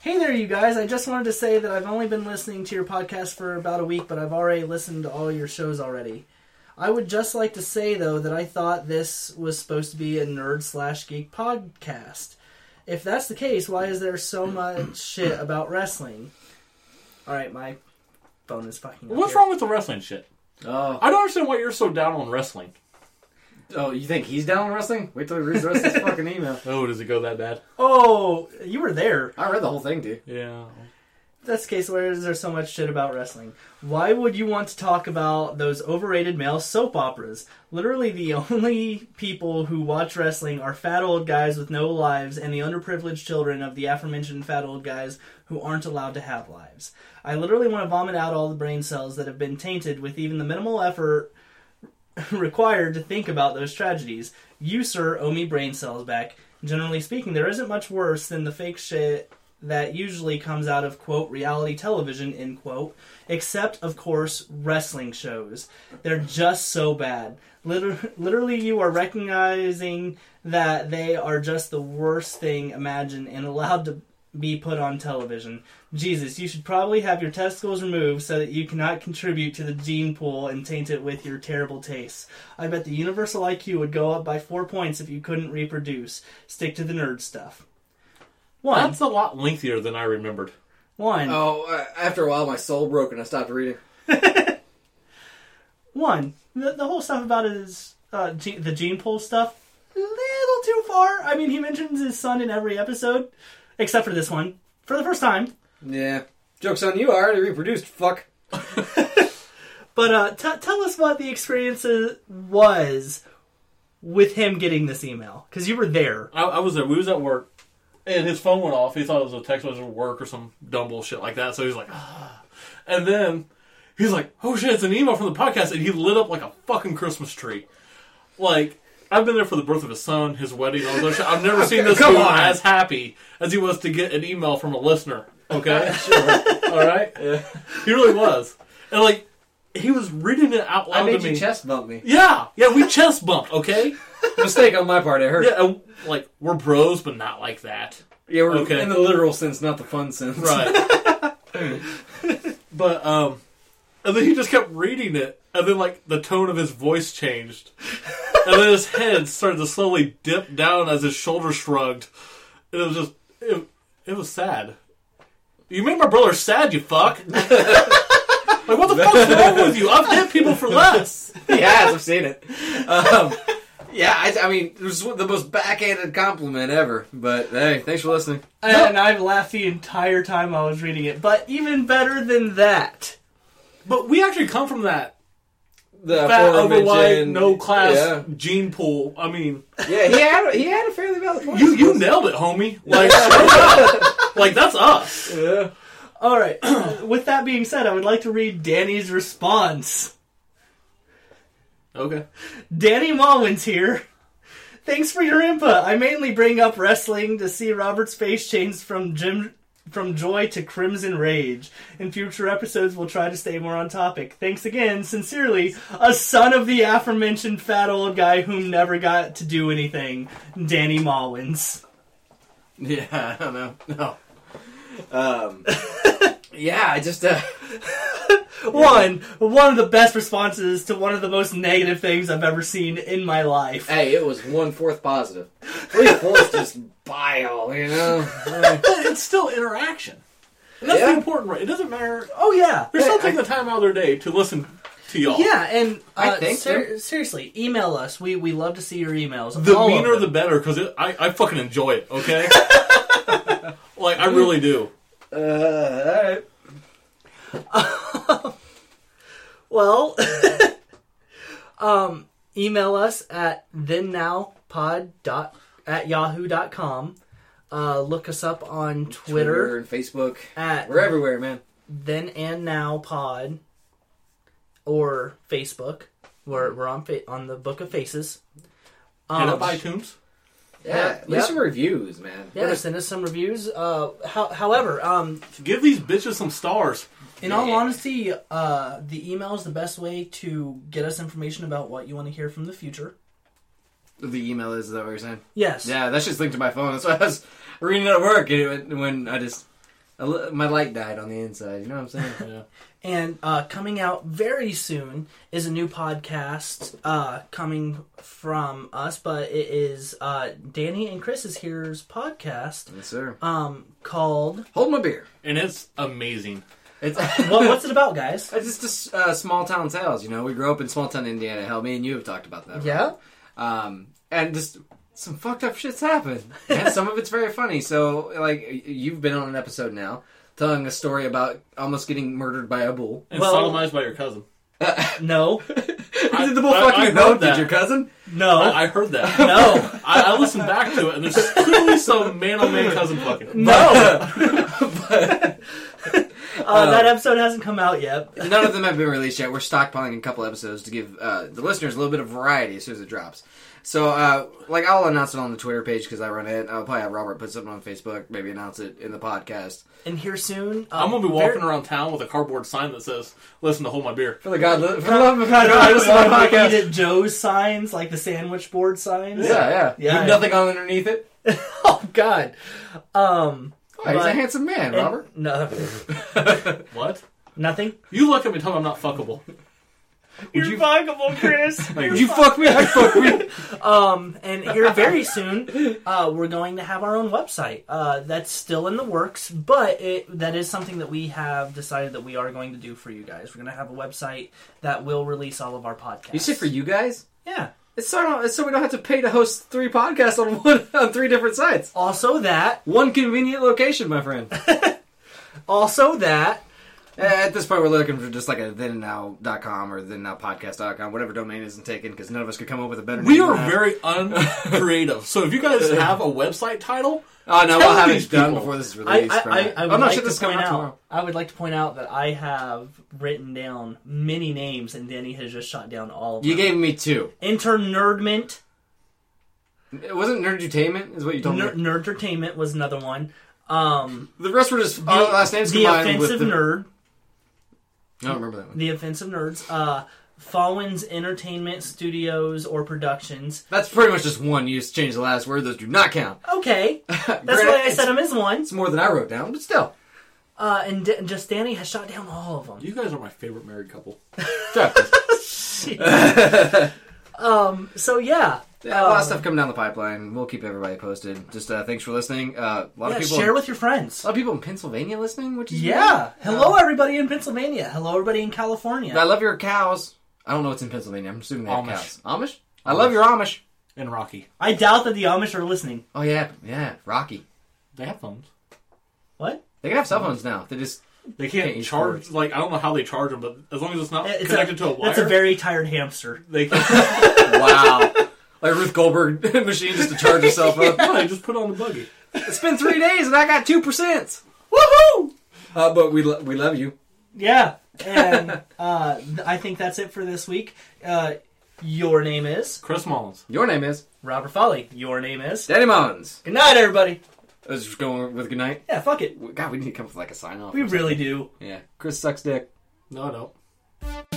Hey there, you guys. I just wanted to say that I've only been listening to your podcast for about a week, but I've already listened to all your shows already. I would just like to say, though, that I thought this was supposed to be a nerd slash geek podcast. If that's the case, why is there so much shit about wrestling? All right, my phone is fucking. up What's here. wrong with the wrestling shit? Oh, I don't understand why you're so down on wrestling. Oh, you think he's down with wrestling? Wait till he reads the rest of this fucking email. Oh, does it go that bad? Oh, you were there. I read the whole thing, dude. Yeah. That's the case. Where is there so much shit about wrestling? Why would you want to talk about those overrated male soap operas? Literally, the only people who watch wrestling are fat old guys with no lives and the underprivileged children of the aforementioned fat old guys who aren't allowed to have lives. I literally want to vomit out all the brain cells that have been tainted with even the minimal effort required to think about those tragedies. You, sir, owe me brain cells back. Generally speaking, there isn't much worse than the fake shit that usually comes out of quote reality television end quote except of course wrestling shows they're just so bad Liter- literally you are recognizing that they are just the worst thing imagined and allowed to be put on television jesus you should probably have your testicles removed so that you cannot contribute to the gene pool and taint it with your terrible tastes i bet the universal iq would go up by four points if you couldn't reproduce stick to the nerd stuff one That's a lot lengthier than I remembered. one Oh, uh, after a while, my soul broke and I stopped reading. one the, the whole stuff about his uh, ge- the gene pool stuff a little too far i mean he mentions his son in every episode except for this one for the first time Yeah. Joke's on you, I already reproduced, fuck. but uh, t- tell us what the experience i- was with him getting this email because you were there I, I was there. We was at work, and his phone went off. He thought it was a text message from work or some dumb bullshit like that. So he's like, ah. and then he's like, oh shit, it's an email from the podcast, and he lit up like a fucking Christmas tree. Like I've been there for the birth of his son, his wedding, all those shit. I've never seen this Come dude on. as happy as he was to get an email from a listener. Okay, all right, he really was, and like he was reading it out I loud made to me. you chest bump me. yeah, yeah, we chest bumped. Okay. Mistake on my part, I heard. Yeah, and, like we're bros, but not like that. Yeah, we're Okay. in the literal sense, not the fun sense. Right. but um and then he just kept reading it and then like the tone of his voice changed. and then his head started to slowly dip down as his shoulders shrugged. And it was just it, it was sad. You made my brother sad, you fuck. like what the fuck's wrong with you? I've hit people for less. yes, I've seen it. Um, yeah, I, I mean, it was the most backhanded compliment ever. But hey, thanks for listening. and i laughed the entire time i was reading it but even better than that But we actually come from that The fat over white, aforementioned- no class Yeah, gene pool. I mean yeah he, had, he had a fairly valid point. You you nailed it, homie. Like, like that's us. Yeah. all right with that being said i would like to read danny's response Okay. Danny Mullins here. Thanks for your input. I mainly bring up wrestling to see Robert's face change from Jim from joy to crimson rage. In future episodes, we'll try to stay more on topic. Thanks again, sincerely, a son of the aforementioned fat old guy whom never got to do anything, Danny Mullins. Yeah, I don't know. No. Um, yeah, I just. Uh, One, one of the best responses to one of the most negative things I've ever seen in my life. hey, it was one fourth positive. Three fourths just bile, you know? It's still interaction. And that's the Yeah. important part. It doesn't matter. Oh yeah. They're still Hey, I- taking the time out of their day to listen to y'all. Yeah, and uh, I think ser- they're- seriously, email us. We we love to see your emails. The All of meaner, them. the better, because I, I fucking enjoy it, okay? like, Mm. I really do. uh, alright. Well, um, email us at thennowpod dot at yahoo dot com. Uh, look us up on Twitter Twitter, and Facebook. at We're everywhere, man. then and now pod or Facebook. We're we're on fa- on the Book of Faces. Hit Um, up iTunes. Yeah, leave yeah. some reviews, man. yeah, send us some reviews. Uh, how, however, um, Give these bitches some stars. In all Yeah. honesty, uh, the email is the best way to get us information about what you want to hear from the future. The email is, is that what you're saying? Yes. Yeah, that's just linked to my phone. That's why I was reading it at work and it, went- when I just. I li- My light died on the inside, you know what I'm saying? Yeah. And uh, coming out very soon is a new podcast uh, coming from us, but it is uh, Danny and Chris's Here's podcast yes, sir. um, called. Hold my beer. And it's amazing. It's What, what's it about, guys? It's just uh, small town tales, you know. We grew up in small town Indiana. Hell, me and you have talked about that. right? Yeah. Um, and just some fucked up shits happen. And some of it's very funny. So, like, y- you've been on an episode now telling a story about almost getting murdered by a bull. and Well- sodomized by your cousin. No, Did the bull I- I fucking heard know? Did that. your cousin? no, I, I heard that. no, I, I listened back to it, and there's clearly some man on man cousin fucking. no. uh, um, that episode hasn't come out yet. None of them have been released yet. We're stockpiling a couple episodes to give uh, the listeners a little bit of variety as soon as it drops. So, uh, like, I'll announce it on the Twitter page because I run it. I'll probably have Robert put something on Facebook, maybe announce it in the podcast. And here soon, um, I'm gonna be walking very- around town with a cardboard sign that says, "Listen to hold my beer." For the God, for the love of God, No, I I just just love love the podcast. Eat It Joe's signs, like the sandwich board signs. Yeah, yeah, Yeah. With nothing on underneath it. Oh God. Um. Oh, he's a But- handsome man, and- Robert. No, What? nothing. You look at me, and tell me I'm not fuckable. You're you- fuckable, Chris. Like, You're You fuck me, I fuck me. Um, and here very soon, uh, we're going to have our own website. Uh, that's still in the works, but it, that is something that we have decided that we are going to do for you guys. We're going to have a website that will release all of our podcasts. You said for you guys? yeah. It's so, it's so we don't have to pay to host three podcasts on one on three different sites. Also that. One convenient location, my friend. Also that. Eh, At this point, we're looking for just like a thennow.com or thennowpodcast.com, whatever domain isn't taken, because none of us could come up with a better We name are than that. very uncreative. So if you guys have a website title, Oh, no, tell we'll have these it done people. before this is I, released. I, I, I would am not like sure this is to coming point out out. tomorrow. I would like to point out that I have written down many names, and Danny has just shot down all of You them. gave me two. Internerdment, It wasn't Nerdutainment, is what you told Ner- me. Nerdtertainment was another one. Um, The rest were just the, our last names the combined offensive with the. nerd, I don't remember that one. the offensive nerds. Uh, Fallen's Entertainment Studios or Productions. That's pretty much just one. You just changed the last word. Those do not count. Okay, that's Granted, why I it's- said them as one. It's more than I wrote down, but still. Uh, and D- just Danny has shot down all of them. you guys are my favorite married couple. Sure. Um, so yeah, Yeah, a lot of stuff coming down the pipeline. We'll keep everybody posted. Just uh, thanks for listening. Uh, a lot yeah, of people, share with your friends. a lot of people in Pennsylvania listening, which is Yeah. weird. Hello, Uh, everybody in Pennsylvania. Hello, everybody in California. I love your cows. I don't know what's in Pennsylvania. I'm assuming they have Amish. cows. Amish. I love your Amish. And Rocky. I doubt that the Amish are listening. Oh yeah, yeah. Rocky. They have phones. What? They can have cell phones now. They just They can't Can't use charge. cords. Like I don't know how they charge them, but as long as it's not It's connected to a wire, That's a very tired hamster. they can. wow. Like Ruth Goldberg machine just to charge herself up. no, they just put it on the buggy. It's been three days and I got two percent. Woohoo! Uh, but we lo- we love you. Yeah. And uh, th- I think that's it for this week. Uh, your name is Chris Mullins. Your name is Robert Folly. Your name is. Danny Mullins. Good night, everybody. I was just going with good night. Yeah, fuck it. God, we need to come up with like a sign off. We really do. Yeah. Chris sucks dick. No, I don't.